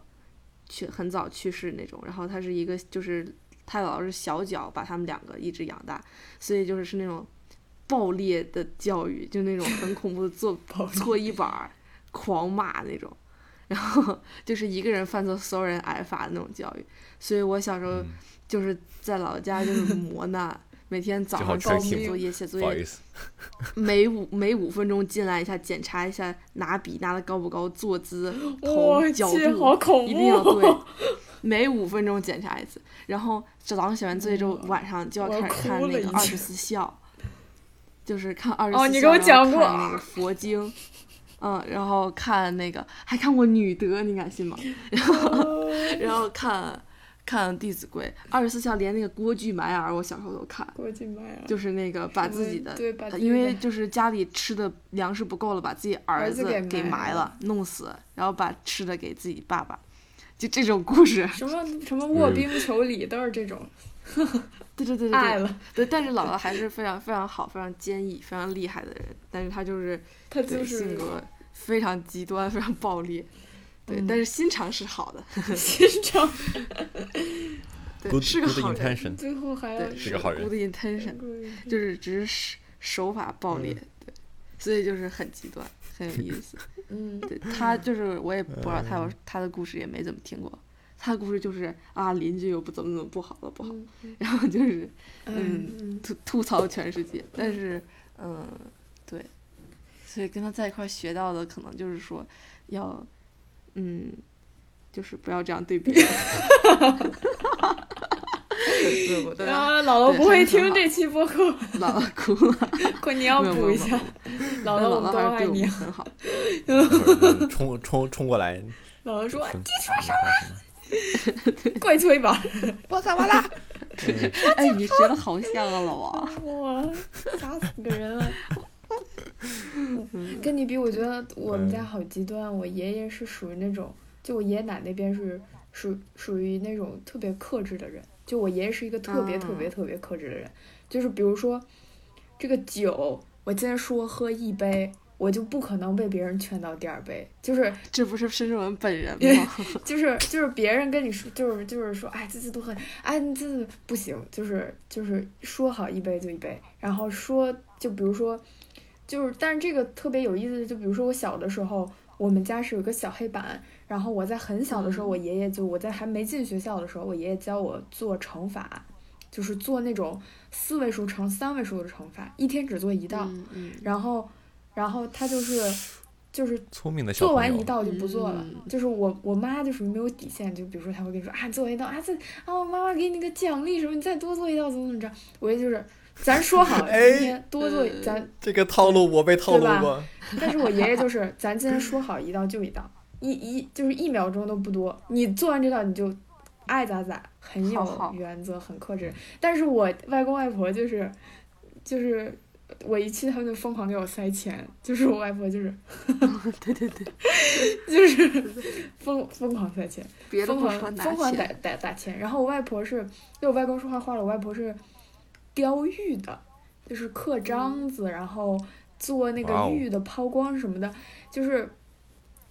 去很早去世那种。然后她是一个就是她姥姥是小脚把他们两个一直养大，所以就是是那种。爆裂的教育，就那种很恐怖的做
暴力
搓衣板儿，狂骂那种， 然后就是一个人犯错，所有人挨罚的那种教育。所以我小时候
嗯
就是在老家 就是磨难，每天早
就好
上起来
吃
写
苦
作业，写作
不好意
业
思，
每五每五分钟进来一下，检查一下拿笔拿的高不高，坐姿、头
我、
角
去，好
度，
恐怖，
一定要对。 每五分钟检查一次，然后早上写完作业之后，晚上就要
我要
开始看
哭
那
了
个
已
二
经
十四孝，就是看二十
哦
四孝，
你给我
然后
讲过
看那个佛经，嗯，然后看那个还看过女德，你敢信吗？
啊
然后看看《弟子规》，二十四孝连那个郭巨埋儿，我小时候都看，
郭靖迈啊，
就是那个把自己的，呃
对，把自己
因为
的
就是家里吃的粮食不够了，把自己儿
儿子
子
给
给
埋
埋
了
了，弄死，然后把吃的给自己爸爸，就这种故事。
什么什么卧冰求鲤都是这种
对对对对
爱
对
了，
对，但是姥姥还是非常非常好、非常坚毅、非常厉害的人，但是她就是
他
对
就是
性格非常极端、非常暴烈，对，
嗯
但是心肠是好的，
心肠，
对，
good
是个
good
好人。
intention，
最后还要
对，
是个好人
Good intention，就是只是手手法
嗯
暴烈，对，所以就是很极端，很有意思。
嗯，
对他就是我也不知道他有他的故事也没怎么听过，他的故事就是啊邻居又不怎么怎么不好了不好，
嗯
然后就是
嗯嗯，
吐吐槽全世界，但是嗯对，所以跟他在一块儿学到的可能就是说要嗯就是不要这样对别人。 对不对？
啊，姥姥不会听这期播客，
姥姥哭了。
过年要补一下， 姥姥我们都
还是
爱
对我
你啊
们，很好。
嗯冲冲冲过来，
姥姥说
冲冲
过来搓一把，
我咋完啦？ 哎，你学的好像啊，老王。
哇，吓死个人了。跟你比，我觉得我们家好极端。我爷爷是属于那种，就我爷爷奶那边是属属于那种特别克制的人。就我爷爷是一个特别
啊
特别特别克制的人，就是比如说这个酒，我今天说喝一杯，我就不可能被别人劝到第二杯，就是
这不是申世文本人 吗？
就是就是别人跟你说，就是就是说，哎，这次多喝，哎，你这次不行，就是就是说好一杯就一杯，然后说就比如说，就是但是这个特别有意思，就比如说我小的时候，我们家是有一个小黑板，然后我在很小的时候，我爷爷就我在还没进学校的时候，我爷爷教我做乘法，就是做那种四位数乘三位数的乘法，一天只做一道，
嗯嗯
然后，然后他就是，就是
聪明的小
做
朋
完一
友，
道就不做了。
嗯
就是我我妈就属于没有底线，就比如说她会跟你说啊，做完一道啊，再啊，我妈妈给你个奖励什么，你再多做一道怎么怎么着。我也就是，咱说好了
哎
今天多做
嗯
咱，
这个套路我被套路
对吧
过。
但是我爷爷就是咱今天说好一道就一道，一一就是一秒钟都不多，你做完这道你就爱咋咋，很
好
有
好
原则，很克制。但是我外公外婆就是就是。我一去，他们就疯狂给我塞钱，就是我外婆，就是
对对对，
就是疯疯狂塞钱，
别的
疯
不说
狂
拿
疯狂打
钱，
打打钱。然后我外婆是对我外公说画画了，我外婆是雕玉的，就是
嗯
刻章子，然后做那
哇哦
个玉的抛光什么的，就是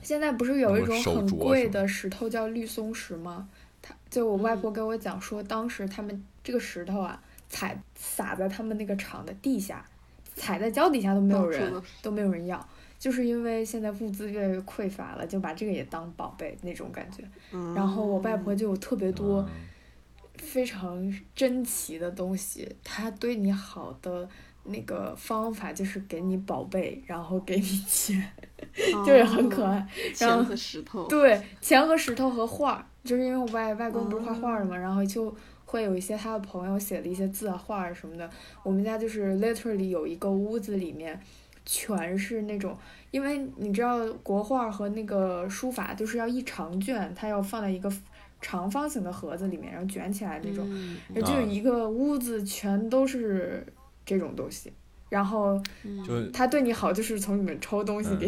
现在不是有一
那种
种
手
很
镯啊
贵
什么
的石头叫绿松石吗？他就我
嗯
外婆跟我讲说，当时他们这个石头啊，踩撒在他们那个厂的地下，踩在脚底下都没有
到处
人
都是
都没有人要，就是因为现在物资越来越匮乏了，就把这个也当宝贝那种感觉。
嗯
然后我外婆
哦
就有特别多
嗯
非常珍奇的东西，她对你好的那个方法就是给你宝贝，然后给你钱， 就是很可爱。
爱
然后
钱和石头，
对，钱和石头和画儿，就是因为我外外公不是画画儿的嘛，然后就会有一些他的朋友写的一些字啊、画儿什么的。我们家就是 literally 有一个屋子里面。全是那种，因为你知道国画儿和那个书法都是要一长卷，它要放在一个长方形的盒子里面，然后卷起来那种，哎
嗯
然后就
啊
有一个屋子全都是这种东西。然后
嗯
就
他对你好，就是从里面抽东
嗯
西给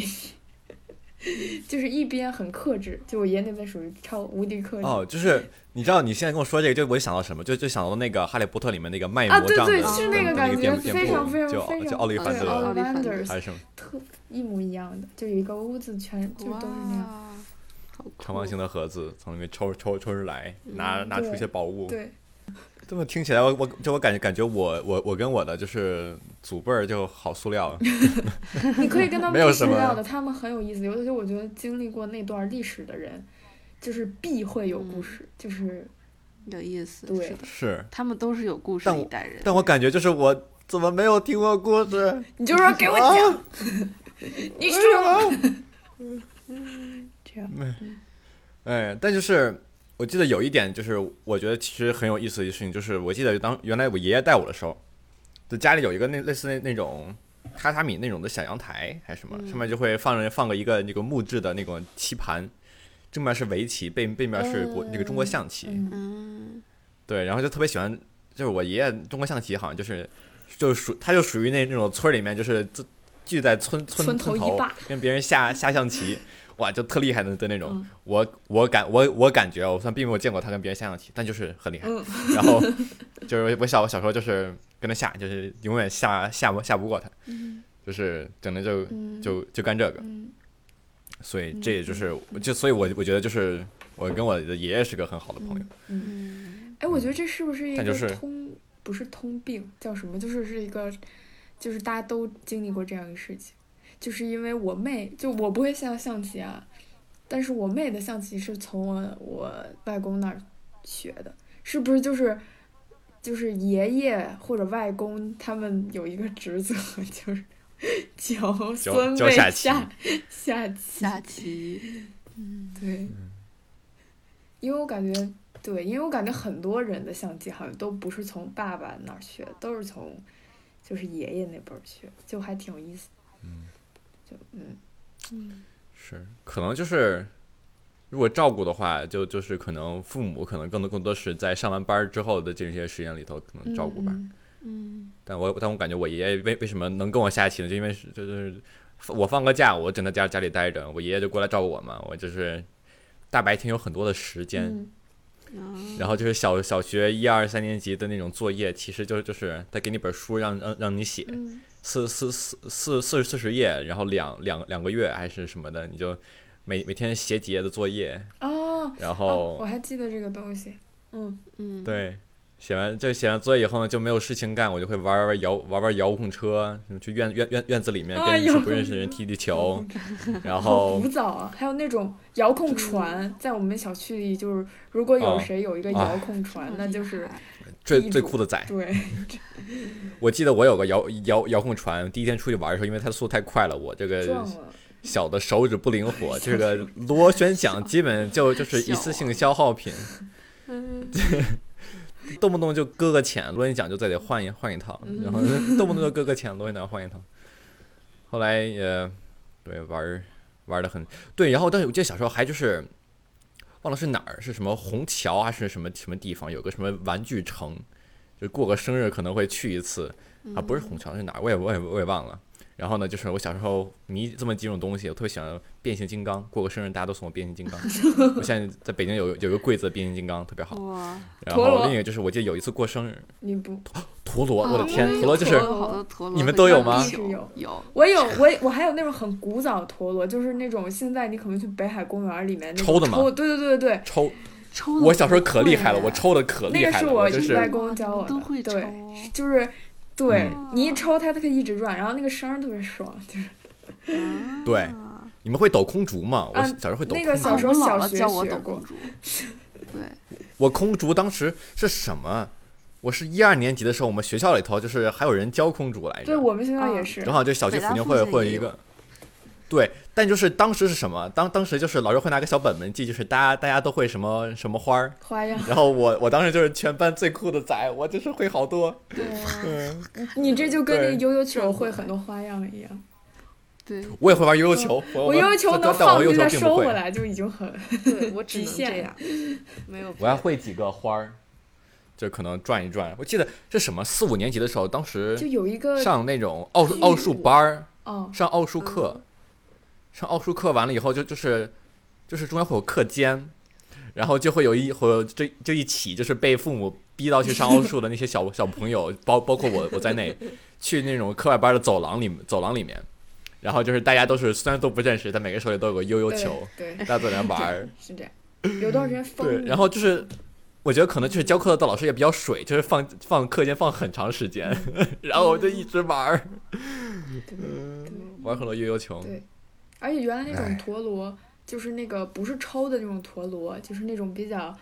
你， 就是一边很克制，就我爷那边属于超无敌克制。
哦，就是你知道你现在跟我说这个，就我想到什么，就就想到那个《哈利波特》里面那个卖
啊，
魔
对
杖的
对，
的
是
那
那个感觉
店店
非常
铺
非常
就
非
就
常
奥利
凡
凡
德
对
德
奥利凡德
还是什么
特一模一样的，就有一个屋子全就都是那样。
哇，好酷
长方形的盒子，从里面抽抽抽出来，拿拿出一些宝物。
嗯对，
这么听起来，我我就我感觉感觉我我我跟我的就是祖辈儿就好塑 料，
你可以跟他
没
们
有
不
什
塑
么
料的，他们很有意思。尤其是我觉得经历过那段历史的人，就是必会有故
嗯
事，就是
有意思，
对
是的，
是，
他们都是有故事
但
的一
我
代人，
但我感觉就是我怎么没有听过故事？
你就说给我
哦
讲， 你说 这样，
哎，但就是我记得有一点，就是我觉得其实很有意思的事情，就是我记得当原来我爷爷带我的时候，就家里有一个那类似那那种榻榻米那种的小阳台还是什么，
嗯
上面就会放着放个一个那个木质的那种棋盘，正面是围棋，背背面是国、那个中国象棋，
嗯，
嗯，
对，然后就特别喜欢，就是我爷爷中国象棋好像就是就是属他就属于那那种村儿里面就是自聚在村村
村头
头
一霸
跟别人下下象棋，哇，就特厉害的的那种。
嗯
我我感我我感觉我虽然并没有见过他跟别人下象棋，但就是很厉害。
嗯
然后就是我小我小时候就是跟他下，就是永远下下不下不过他，就是整的就
嗯
就就干这个。
嗯
所以这也就是我就所以我我觉得就是我跟我的爷爷是个很好的朋友。
嗯。
嗯
哎，我觉得这是不是一
但
个
就是
通不是通病，叫什么？就是是一个，就是大家都经历过这样一个事情，就是因为我妹，就我不会下象棋啊，但是我妹的象棋是从我我外公那儿学的，是不是就是？就是爷爷或者外公，他们有一个职责， 就是教
教
孙
教
辈
下
下
棋
下棋
下棋，
对，
嗯
因为我感觉，对，因为我感觉很多人的相机好像都不是从爸爸那儿学，都是从就是爷爷那辈儿学，就还挺有意思。嗯，就嗯，
是，可能就是如果照顾的话，就就是可能父母可能更多更多是在上完班儿之后的这些时间里头可能照顾吧。
嗯
嗯，
但我但我感觉我爷爷为为什么能跟我下棋呢？就因为是就是我放个假，我整在家家里待着，我爷爷就过来照顾我嘛。我就是大白天有很多的时间，
嗯
嗯
然后就是小小学一二三年级的那种作业，其实就是就是他给你本书让让让你写，
嗯
四四四四四四十页，然后两两两个月还是什么的，你就每每天写几页的作业，
嗯哦
然
哦，
后、
我还记得这个东西。嗯，
嗯，
对，写完这写完作业以后呢，就没有事情干，我就会玩玩遥玩玩遥控车，什么去院院院院子里面
哎
跟
呦
认识不认识的人踢踢 球，然
好
后
古早啊！还有那种遥控船，在我们小区里，就是如果有
哦
谁有一个
啊哎
遥控船，那就是
最
地
最
主
酷的仔，
对，
我记得我有个遥遥遥控船，第一天出去玩的时候，因为它速度太快了，我这
撞
个
了，
小的手指不灵活，这 个螺旋桨基本就就是一次性消耗品，
嗯，
动不动就搁个浅，螺旋桨就再得换一换一趟，然后动不动就搁个浅，螺旋桨换一趟。后来也对玩儿玩的很对，然后但是我记得小时候还就是忘了是哪儿，是什么虹桥啊还是什么什么地方，有个什么玩具城，就过个生日可能会去一次啊，不是虹桥是哪儿，我也我也我也忘了。然后呢，就是我小时候迷这么几种东西，我特别喜欢变形金刚，过个生日大家都送我变形金刚。我现在在北京有有一个柜子的变形金刚特别好，
哇，
然
陀
后
螺
另一个就是我记得有一次过生日，
你不，
陀螺，我的
啊
天，
我也
陀
有
螺就是
嗯陀
有
螺
好多陀螺，
你们都有吗
有有，
我有我我还有那种很古早陀螺，就是那种现在你可能去北海公园里面那种
抽的吗
抽，对对对对对，
抽，
抽的
我小时候可厉害了，
不
我
会啊
抽的可
嗯那
厉
个
害
是
了，我就
意
是
外公教我的，
都会抽
对，就是对、
嗯
你一抽它，它可以一直转，然后那个声儿特别爽，就是
哎
啊
对你们会抖空竹吗？我
啊
小时候会抖
那
空
个
竹，
小时候
我姥
小
姥
学
教我
学
抖
过
公主，对，
我空竹当时是什么？我是一二年级的时候，我们学校里头就是还有人教空竹来着，
对我们学校也
啊
是，
正好就小学
北大
附近
附
会
近
会有
也
一
有
个，对，但就是当时是什么？当当时就是老师会拿个小本本记，就是大家大家都会什么什么花儿，
花样。
然后我我当时就是全班最酷的仔，我就是会好多，嗯，
你这就跟那个
对
悠悠球会很多花样一样，
对
我也会玩悠悠球，
嗯我悠悠球能
但但
放
我悠
进去
悠
再
球并
收
不
回
会，
来就已经很
对，我只
极
能
限
这样，没有
我还会几个花儿，就可能转一转。我记得是什么四五年级的时候，当
就
时
有一个
上那种奥数奥数班儿，
哦，
上奥数课，上奥数课完了以后就就是就是中间会有课间，然后就会有一会有这就一起就是被父母逼到去上奥数的那些小小朋友，包包括我我在内，去那种课外班的走廊里走廊里面，然后就是大家都是虽然都不认识，但每个手里都有个悠悠
对
球，
对
大家都在那玩儿。
是这样，有段时间疯
对，
了
然后就是我觉得可能就是教课的老师也比较水，就是放放课间放很长时 间，然后我就一直玩儿
对
嗯
对
玩很多悠悠球。
对，而且原来那
哎
种陀螺，就是那个不是抽的那种陀螺，就是那种比较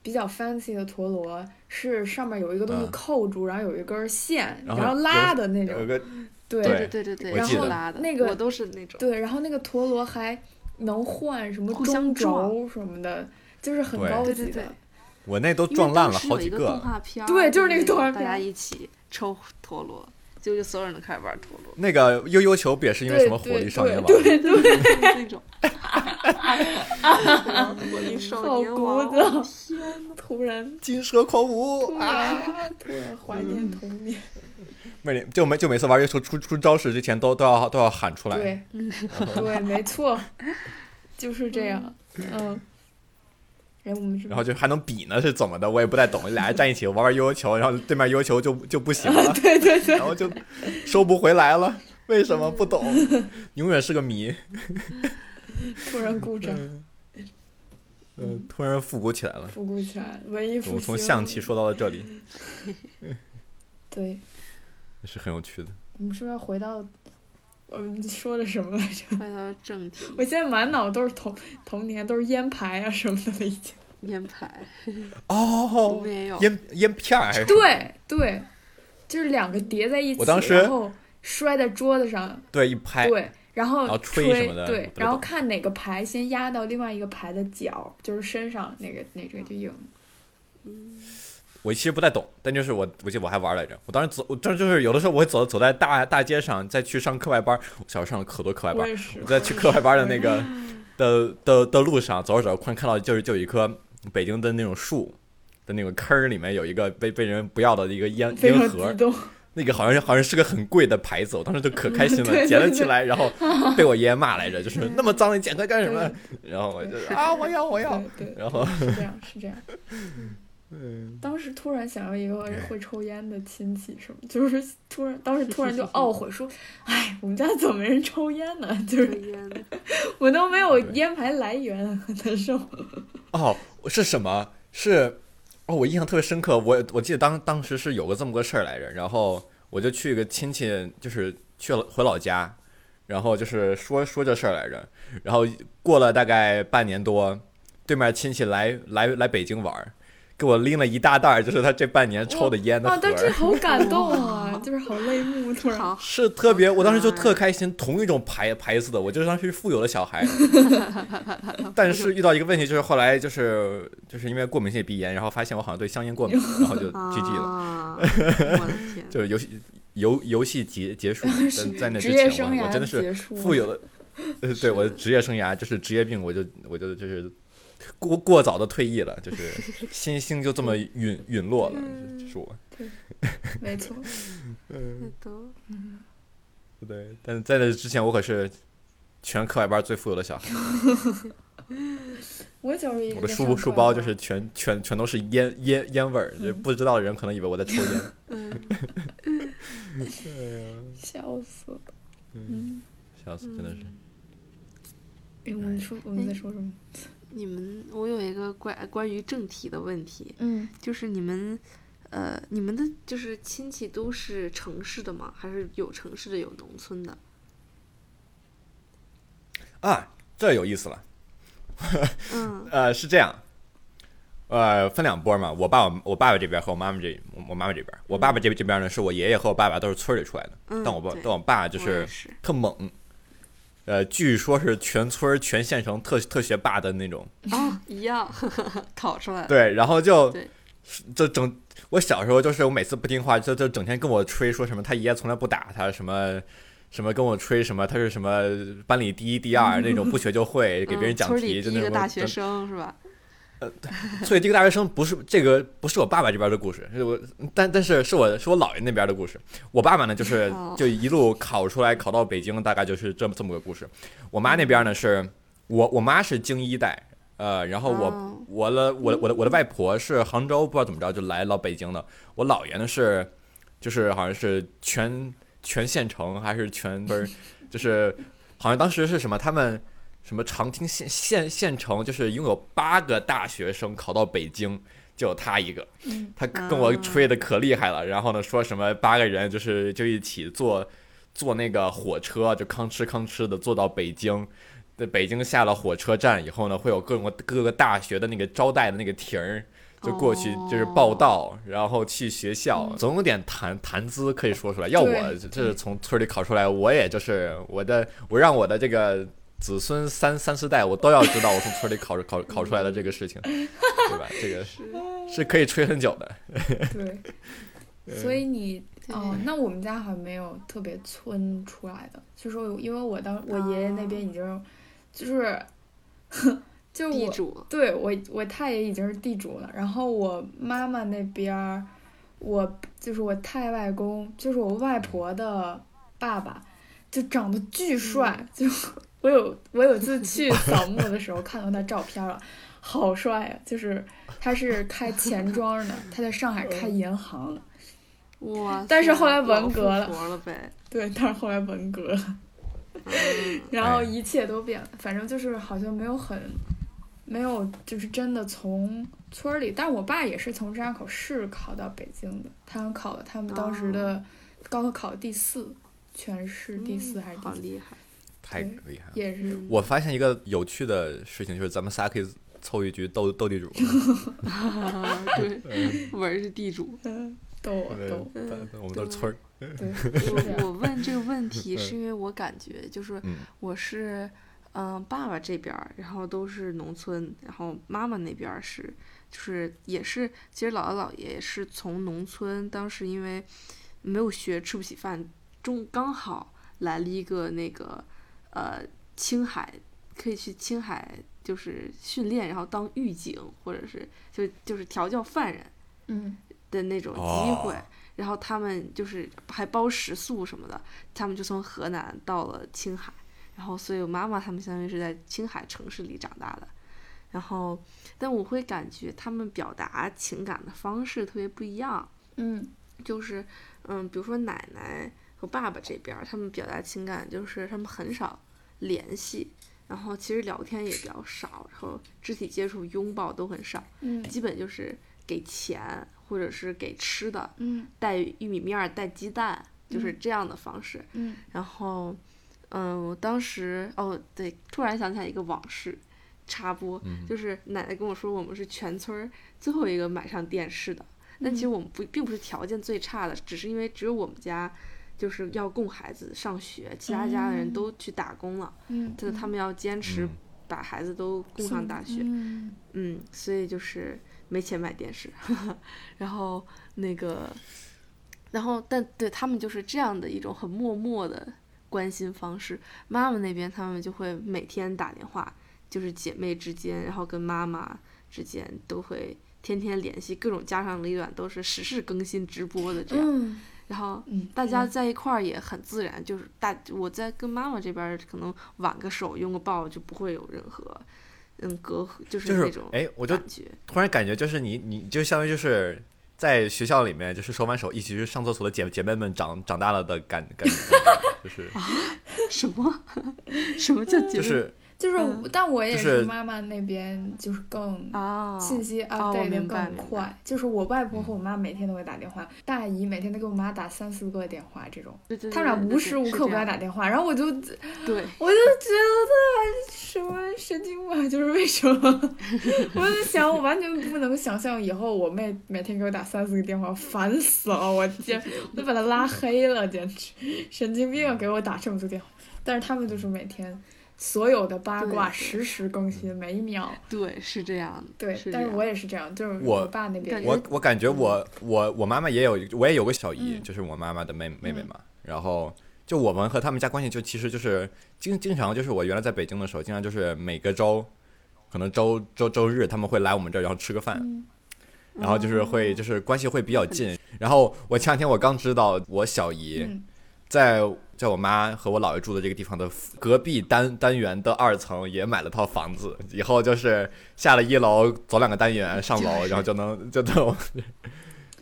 比较 fancy 的陀螺，是上面有一个东西
嗯
扣住，然后有一根线，
然
然
后
后
有
拉的那
有
种。
个
对
对
对对对对，
我
然
记
后
得
拉的
那个
我都是那种，
对然后那个陀螺还能换什么
互
中
相撞
轴什么的，就是很
对
高
对
级
对对
的。，
我那都
因为
撞烂
当
了
时
好
有
几
一个
个，
动。画片儿，
对就是那个动画
大
片
家
儿
一起抽陀螺，就就所有人都开始玩陀螺
那个悠悠球不也是因为什么火
对
力少年王？
对对对，
那种，我一
好
少年
古
王，
早
我天呐，
突然
金蛇狂舞
突
啊！
然突然怀念童年。
每就每就每次玩悠悠球出出招式之前都都要都要喊出来。
对，对，没错，就是这样。嗯，哎，我们是
然后就还能比呢，是怎么的？我也不太懂。俩人站一起玩玩悠悠球，然后对面悠悠球就就不行 了，
对对 对，
然后就收不回来了。为 什么不懂？永远是个谜。
突然故障，
嗯呃，突然复古起来了。
复古起来，文艺复
我
兴。
从象棋说到了这里，
对，
也是很有趣的。
我们是不是要回到我们说的什么来着？
回到正题，
我现在满脑都是童童年，都是烟牌啊什么的了，已经。
烟牌我
哦
们，也有，
烟烟片儿还是？
对对，就是两个叠在一起，
我当时
然后摔在桌子上，
对，一拍。
对，然后
然后吹什么的我不，
对
知
然后
道
看哪个牌先压到另外一个牌的脚，就是身上那个那个就赢。
我其实不太懂，但就是我，我记得我还玩来着。我当时走，我当时就是有的时候我会走走在大大街上，再去上课外班儿。我小时候上了可多课外班
我
儿，
也是
我，在去课外班儿的那个 的的的路上走着走着，突然看到就是就有一棵北京的那种树的那个坑儿里面有一个被被人不要的一个烟
非
烟
常
盒
激
儿，
动。
那个好像是好像是个很贵的牌子，我当时就可开心
对
了，
对
捡了起来，然后被我爷爷骂来 着，就是那么脏，你捡它干什么？然后我就啊，我要我要，
对对，
然后
是这样，是这样。当时突然想要一
哎
个会抽烟的亲戚，什么就是突然，当时突然就懊悔说：“哎，我们家怎么没人抽烟呢？ 就是
抽 烟的，
我都没有
对
烟牌来源， 很难受。
哦，是什么？是哦，我印象特别深刻。我我记得当当时是有个这么个事儿来着，然后我就去一个亲戚，就是去了回老家，然后就是说说这事儿来着。然后过了大概半年多，对面亲戚来来来北京玩儿，给我拎了一大袋儿，就是他这半年抽的烟的
啊，
盒
但这
儿。
好感动啊！就是好泪 目，突然。
好，
是特别，我当时就
啊
可
特
爱
开心，同一种牌牌子的，我就当时是富有的小 孩。但是遇到一个问题，就是后来就是就是因为过敏性鼻炎，然后发现我好像对香烟过 敏，然后就 GG 了，
啊！我的天，
就是游戏游游戏结结束，在在那
职
之
业
前
生
我
涯
我真的是
结束
富有的，呃，对我的职业生涯就是职业病，我就我就就是过过早的退役了，就是 新星就这么陨陨落了，
嗯
就是我。
没错，
那嗯都
对，但是在那之前，我可是全课外班最富有的小孩。
我就是一个
我的
上
书
课
书包
的
就是全全全都是烟烟烟味儿，
嗯
就不知道的人可能以为我在抽烟。
笑死了。嗯
笑死，真的是。
嗯
哎我们说我们在说什么？
你们，我有一个关关于正题的问题，
嗯，
就是你们，呃，你们的就是亲戚都是城市的吗？还是有城市的，有农村的？
啊，这有意思了。
嗯
呃，是这样，呃，分两波嘛。我爸我我爸爸这边和我妈妈这我我妈妈这边，我爸爸这边这边呢是我爷爷和我爸爸都是村里出来的，
嗯，
但我爸
对
但我爸就
我
是
也是
特猛，呃，据说是全村儿全县城特特学霸的那种。
啊，一样， 考出来了。
对，然后就
对
就整我小时候就是我每次不听话，就就整天跟我吹说什么他爷爷从来不打他什么。什么跟我吹什么？他是什么班里第一、第二 那种，不学就会，给别人
嗯
讲
村
题，
里
就
第
那
一
种
个大学
整
生是吧？
所以这个大学生不是这个不是我爸爸这边的故事，是我但但是是我是我姥爷那边的故事。我爸爸呢就是
哦
就一路考出来，考到北京，大概就是这么这么个故事。我妈那边呢是我我妈是京一代，呃，然后我、
哦
我的我的我的我的外婆是杭州，不知道怎么着就来到北京的。我姥爷呢是就是好像是全全县城还是全不是就是好像当时是什么他们。什么长汀县县县城，就是拥有八个大学生考到北京，就有他一个。
嗯
他跟我
啊
吹的可厉害
啊
了，然后呢说什么八个人就是就一起坐坐那个火车，就吭哧吭哧的坐到北京。在北京下了火车站以后呢，会有各种各个大学的那个招待的那个亭儿，就过去就是报到，
哦
然后去学校，总有点谈谈资可以说出来。要我
嗯对
这是从村里考出来，我也就是我的，我让我的这个子孙三三四代，我都要知道我从村里考考考出来的这个事情，对吧？这个
嗯
是可以吹很久的。
对，所以你
对
哦，那我们家好像没有特别村出来的，就是我因为我当我爷爷那边已经就是， 就
地
我
主
对我我太爷已经是地主了，然后我妈妈那边儿，我就是我太外公，就是我外婆的爸爸，就长得巨帅， 就我有我有次去扫墓的时候看到他照片了，好帅啊！就是他是开钱庄的，他在上海开银行的，
哇，
但是后来
老
文
富
革了
婆了 呗。
对，但是后来文革了。
嗯
然后
哎
一切都变了，反正就是好像没有很，没有就是真的从村儿里，但我爸也是从张家口市考到北京的，他考了他们当时
哦
的高考第四，全市第四还是
嗯好
第几？
厉害，
太
对
厉害了！
也是
嗯
我发现一个有趣的事情，就是咱们仨可以凑一局斗斗地主。
啊对， 我是地主。嗯
嗯，逗我
对
逗
咱我们都是村儿，
我，对，是这
我
样，
我问这个问题是因为我感觉就是
嗯
我是，嗯、爸爸这边儿，然后都是农村，然后妈妈那边儿是，就是也是，其实姥姥姥爷也是从农村，当时因为没有学，吃不起饭，中刚好来了一个那个，呃，青海可以去青海就是训练，然后当狱警或者是就就是调教犯人，
嗯，
的那种机会，然后他们就是还包食宿什么的，他们就从河南到了青海，然后所以我妈妈他们相当于是在青海城市里长大的，然后但我会感觉他们表达情感的方式特别不一样，
嗯
就是嗯，比如说奶奶和爸爸这边儿，他们表达情感就是他们很少联系，然后其实聊天也比较少，然后肢体接触、拥抱都很少，
嗯
基本就是给钱或者是给吃的，
嗯
带玉米面儿、带鸡蛋，就是
嗯
这样的方式。
嗯
然后，嗯，我当时哦，对，突然想起来一个往事，
嗯
嗯
插播，就是奶奶跟我说，我们是全村儿最后一个买上电视的。
嗯
但其实我们不并不是条件最差的，只是因为只有我们家就是要供孩子上学，其他家的人都去打工了，
嗯，
但是他们要坚持
嗯
把孩子都供上大学，
嗯
嗯，所以就是没钱买电视， 然后那个，然后但对他们就是这样的一种很默默的关心方式。妈妈那边他们就会每天打电话，就是姐妹之间，然后跟妈妈之间都会天天联系，各种家长里短都是时事更新直播的这样。
嗯
然后
嗯
大家在一块儿也很自然，就是大我在跟妈妈这边儿可能挽个手、拥个抱就不会有任何嗯隔阂，
就
就
是是
那种
哎，我就
感觉。
突然感觉就是你你就相当于就是在学校里面就是手挽手一起去上厕所的姐姐妹们长长大了的感感觉，就是
什么？ 什么叫姐妹
就是
就是我，
嗯
但我也
就是
是妈妈那边就是更
啊？
信息
哦我
update 的
明白
更
明白
快，就是我外婆和我妈每天都会打电话，大姨每天都给我妈打三四个电话，这种
对对对，
他们俩
对
无时无刻不在。打
对
电话，然后我就
是这样对，
我就觉得什么神经吧，就是为什么？ 我就想，我完全不能想象以后我妹每天给我打三四个电话，烦死了！我天，我都把她拉黑了，简直神经病啊！给我打这么多电话，但是他们就是每天所有的八卦
对对
实时更新，每一秒。
对是这样的。
对，
是这
但是
样
我也是这样，就是
我
爸那边
感
也
我我感觉我我我妈妈也有我也有个小姨，
嗯
就是我妈妈的妹妹妹嘛，然后。就我们和他们家关系，就其实就是经经常就是我原来在北京的时候，经常就是每个周，可能周周周日他们会来我们这儿，然后吃个饭，
嗯
然后就是会就是关系会比较近。然后我前两天我刚知道我小姨
嗯
在在我妈和我姥爷住的这个地方的隔壁单单元的二层也买了套房子，以后就是下了一楼走两个单元上楼，然后就能就能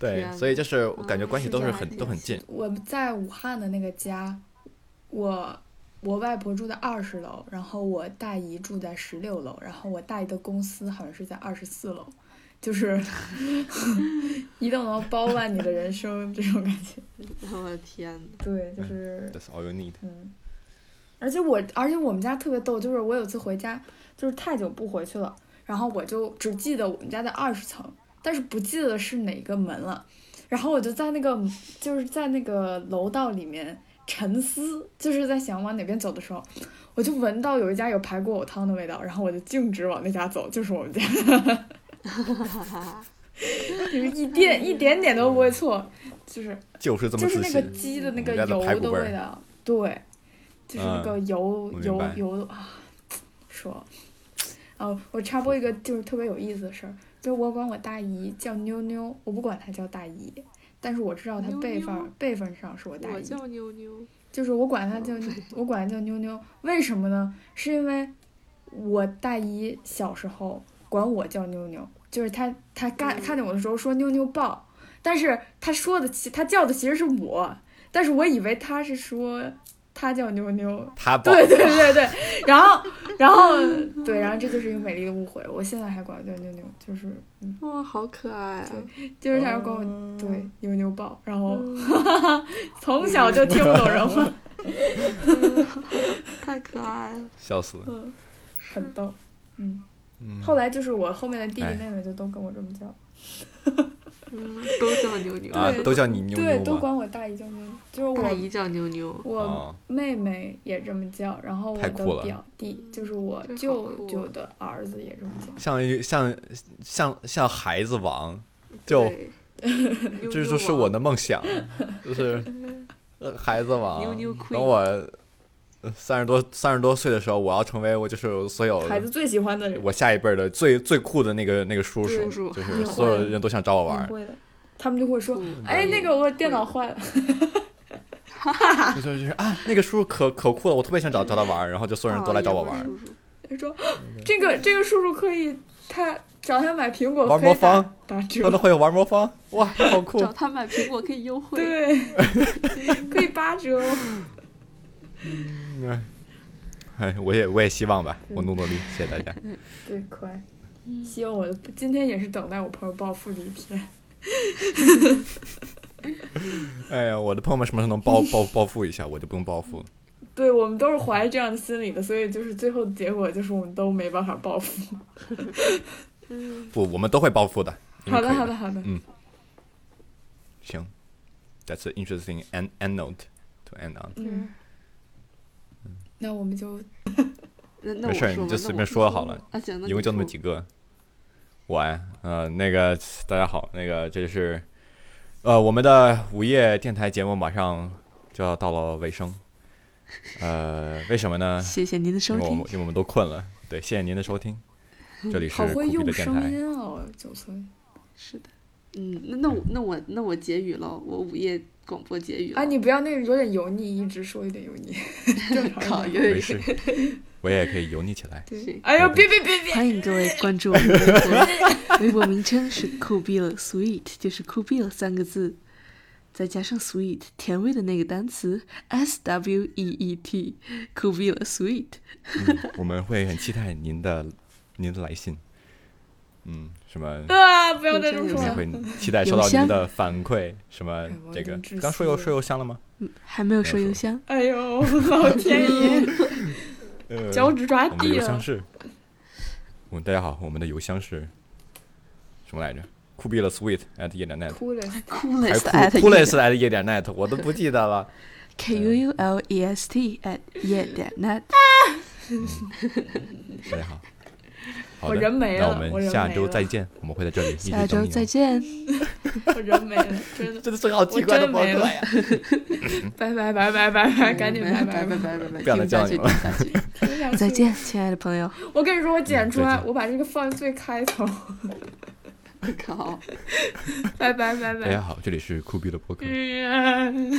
对
天，
所以就是我感觉关系
啊是
都
这
是
样
很
的
都很近。
我在武汉的那个家，我我外婆住在二十楼，然后我大姨住在十六楼，然后我大姨的公司好像是在二十四楼，就是 移动能包办你的人生这种感觉。
我的天呐，
对，就是
That's all you need。
嗯，而且我而且我们家特别逗，就是我有次回家，就是太久不回去了，然后我就只记得我们家在二十层，但是不记得是哪个门了。然后我就在那个就是在那个楼道里面沉思，就是在想往哪边走的时候，我就闻到有一家有排骨藕汤的味道，然后我就径直往那家走，就是我们家， 就是一点一点点都不会错，就是
就是这么
就是
自
那个
信。
鸡的那
我们
个
家的
油
排骨
的
味儿
味道，对，就是那
嗯
个油、
我明
油
白
油啊，说，哦，我插播一个就是特别有意思的事儿，就我管我大姨叫妞妞，我不管她叫大姨，但是我知道她
妞
辈分儿
妞
辈分上是我大
我
姨，
叫妞妞。
就是我管她叫我管她叫妞妞，为什么呢？是因为我大姨小时候管我叫妞妞，就是她她看
嗯
看见我的时候说妞妞抱，但是她说的其她叫的其实是我，但是我以为她是说她叫妞妞，
他宝
对对对对，然后然后对，然后这就是一个美丽的误会，我现在还管我叫妞妞，就是嗯
哇，好可爱啊！
就是想要管
哦
我对妞妞抱，然后
嗯
从小就听不懂人话，
太可爱了。
笑死了。
嗯，很逗。
嗯
后来就是我后面的弟弟
哎
妹妹就都跟我这么叫，
嗯，都叫妞妞。
啊
对，
都叫你妞
对，
妞
都
吧。
管我大姨叫妞，就是
大
我
姨叫妞妞。
我
哦，
妹妹也这么叫，然后我
太酷
的
了
表弟就是我
真好
舅
酷啊
舅的儿子也这么叫，
像一像像像孩子王，就
对
这就是我的梦想，就是呃孩子王
妞妞。queen
等我三十多三十多岁的时候，我要成为我就是所有
孩子最喜欢的人，
我下一辈儿的最最酷的那个那个叔
对
叔，
叔叔
就是所有人都想找我玩
很
儿，
会的，他们就会说，
嗯
哎，那个我电脑坏了，
就就是啊，那个叔叔可可酷了，我特别想找找他玩儿，然后就所有人都来找我玩儿，
叔叔
他说这个这个叔叔可以，他找他买苹果
玩
可以
魔方
打打
他都
折，
会玩魔方，哇，好酷
找！他买苹果可以优惠。
对， 可以八折哦。
哎，我也我也希望吧，我努努力，谢谢大家。
对，可爱。
嗯
希望我的今天也是等待我朋友暴富的一天。
哎呀，我的朋友们什么时候能暴暴暴富一下，我就不用暴富了。
对我们都是怀着这样的心理的，所以就是最后的结果就是我们都没办法暴富。
嗯，
不，我们都会暴富的。你们
好
嗯
的，
可以
好的，好的。
嗯行，That's an interesting an anode to end on。
嗯，
嗯
那我们就
那
没
那我
事儿，
说
你就
吧那
随
我
便说好了。
啊，行，那
一
你
共就那么
说
几个。晚安，呃，那个大家好，那个这是，呃，我们的午夜电台节目马上就要到了尾声，呃，为什么呢？
谢谢您的收
因为我们因
听，
为我们都困了，对，谢谢您的收听，这里是
嗯好
酷
会
毙的
用
电
声
台，
音哦，九村。
是的，嗯，那那我那我那我结语喽，我午夜广播结语咯
啊，你不要那个有点油腻，一直说有点油 腻，正
靠
常一点。
有
没
点
事，我也可以油腻起来，
对。
哎呦，别别别别！
欢迎各位关注我们的微博，微博名称是酷毙了 sweet，就是酷毙了三个字，再加上 sweet 甜味的那个单词 s w e e t，酷毙了 sweet。
嗯，我们会很期待您的您的来信，嗯，什么
啊，不要再这么
有
说
我
点
们
了。
会期待收到您的反馈，什么
嗯哎我
这个
真窒
刚说
息
邮
了
说邮箱了吗？
还没有说
没有
邮
说
箱，
哎呦，老天爷，
呃
脚趾抓
嗯我们的
地
邮箱
了。
是，我们大家好，我们的邮箱是什么来着？酷毙了 sweet at 夜点 net，
哭了，
还
coolest
是
at
酷酷类似 at 夜点 net，我都不记得 了。
k u u l e s t at 夜点 net。
大家好，好
我
的，
人没
那我
了我
们
人
下
没
周
了
再见，我们会在这里一直
下
等
周
你
再
哦。
见，
我人没了，真的，
真的是好奇
我
怪的
真
博
没
客
了
呀！。
拜拜拜拜拜拜，赶紧嗯拜
拜拜
拜吧
拜拜拜拜，
不想再叫
听下
你
去，
了
听下去。
听下 去
再。见，亲爱的朋友。
我跟你说，我剪出
嗯
来
再，见
我把这个放最开头。
靠。
拜
大
拜拜
家
拜。
哎好，这里是酷毙的博客。
嗯。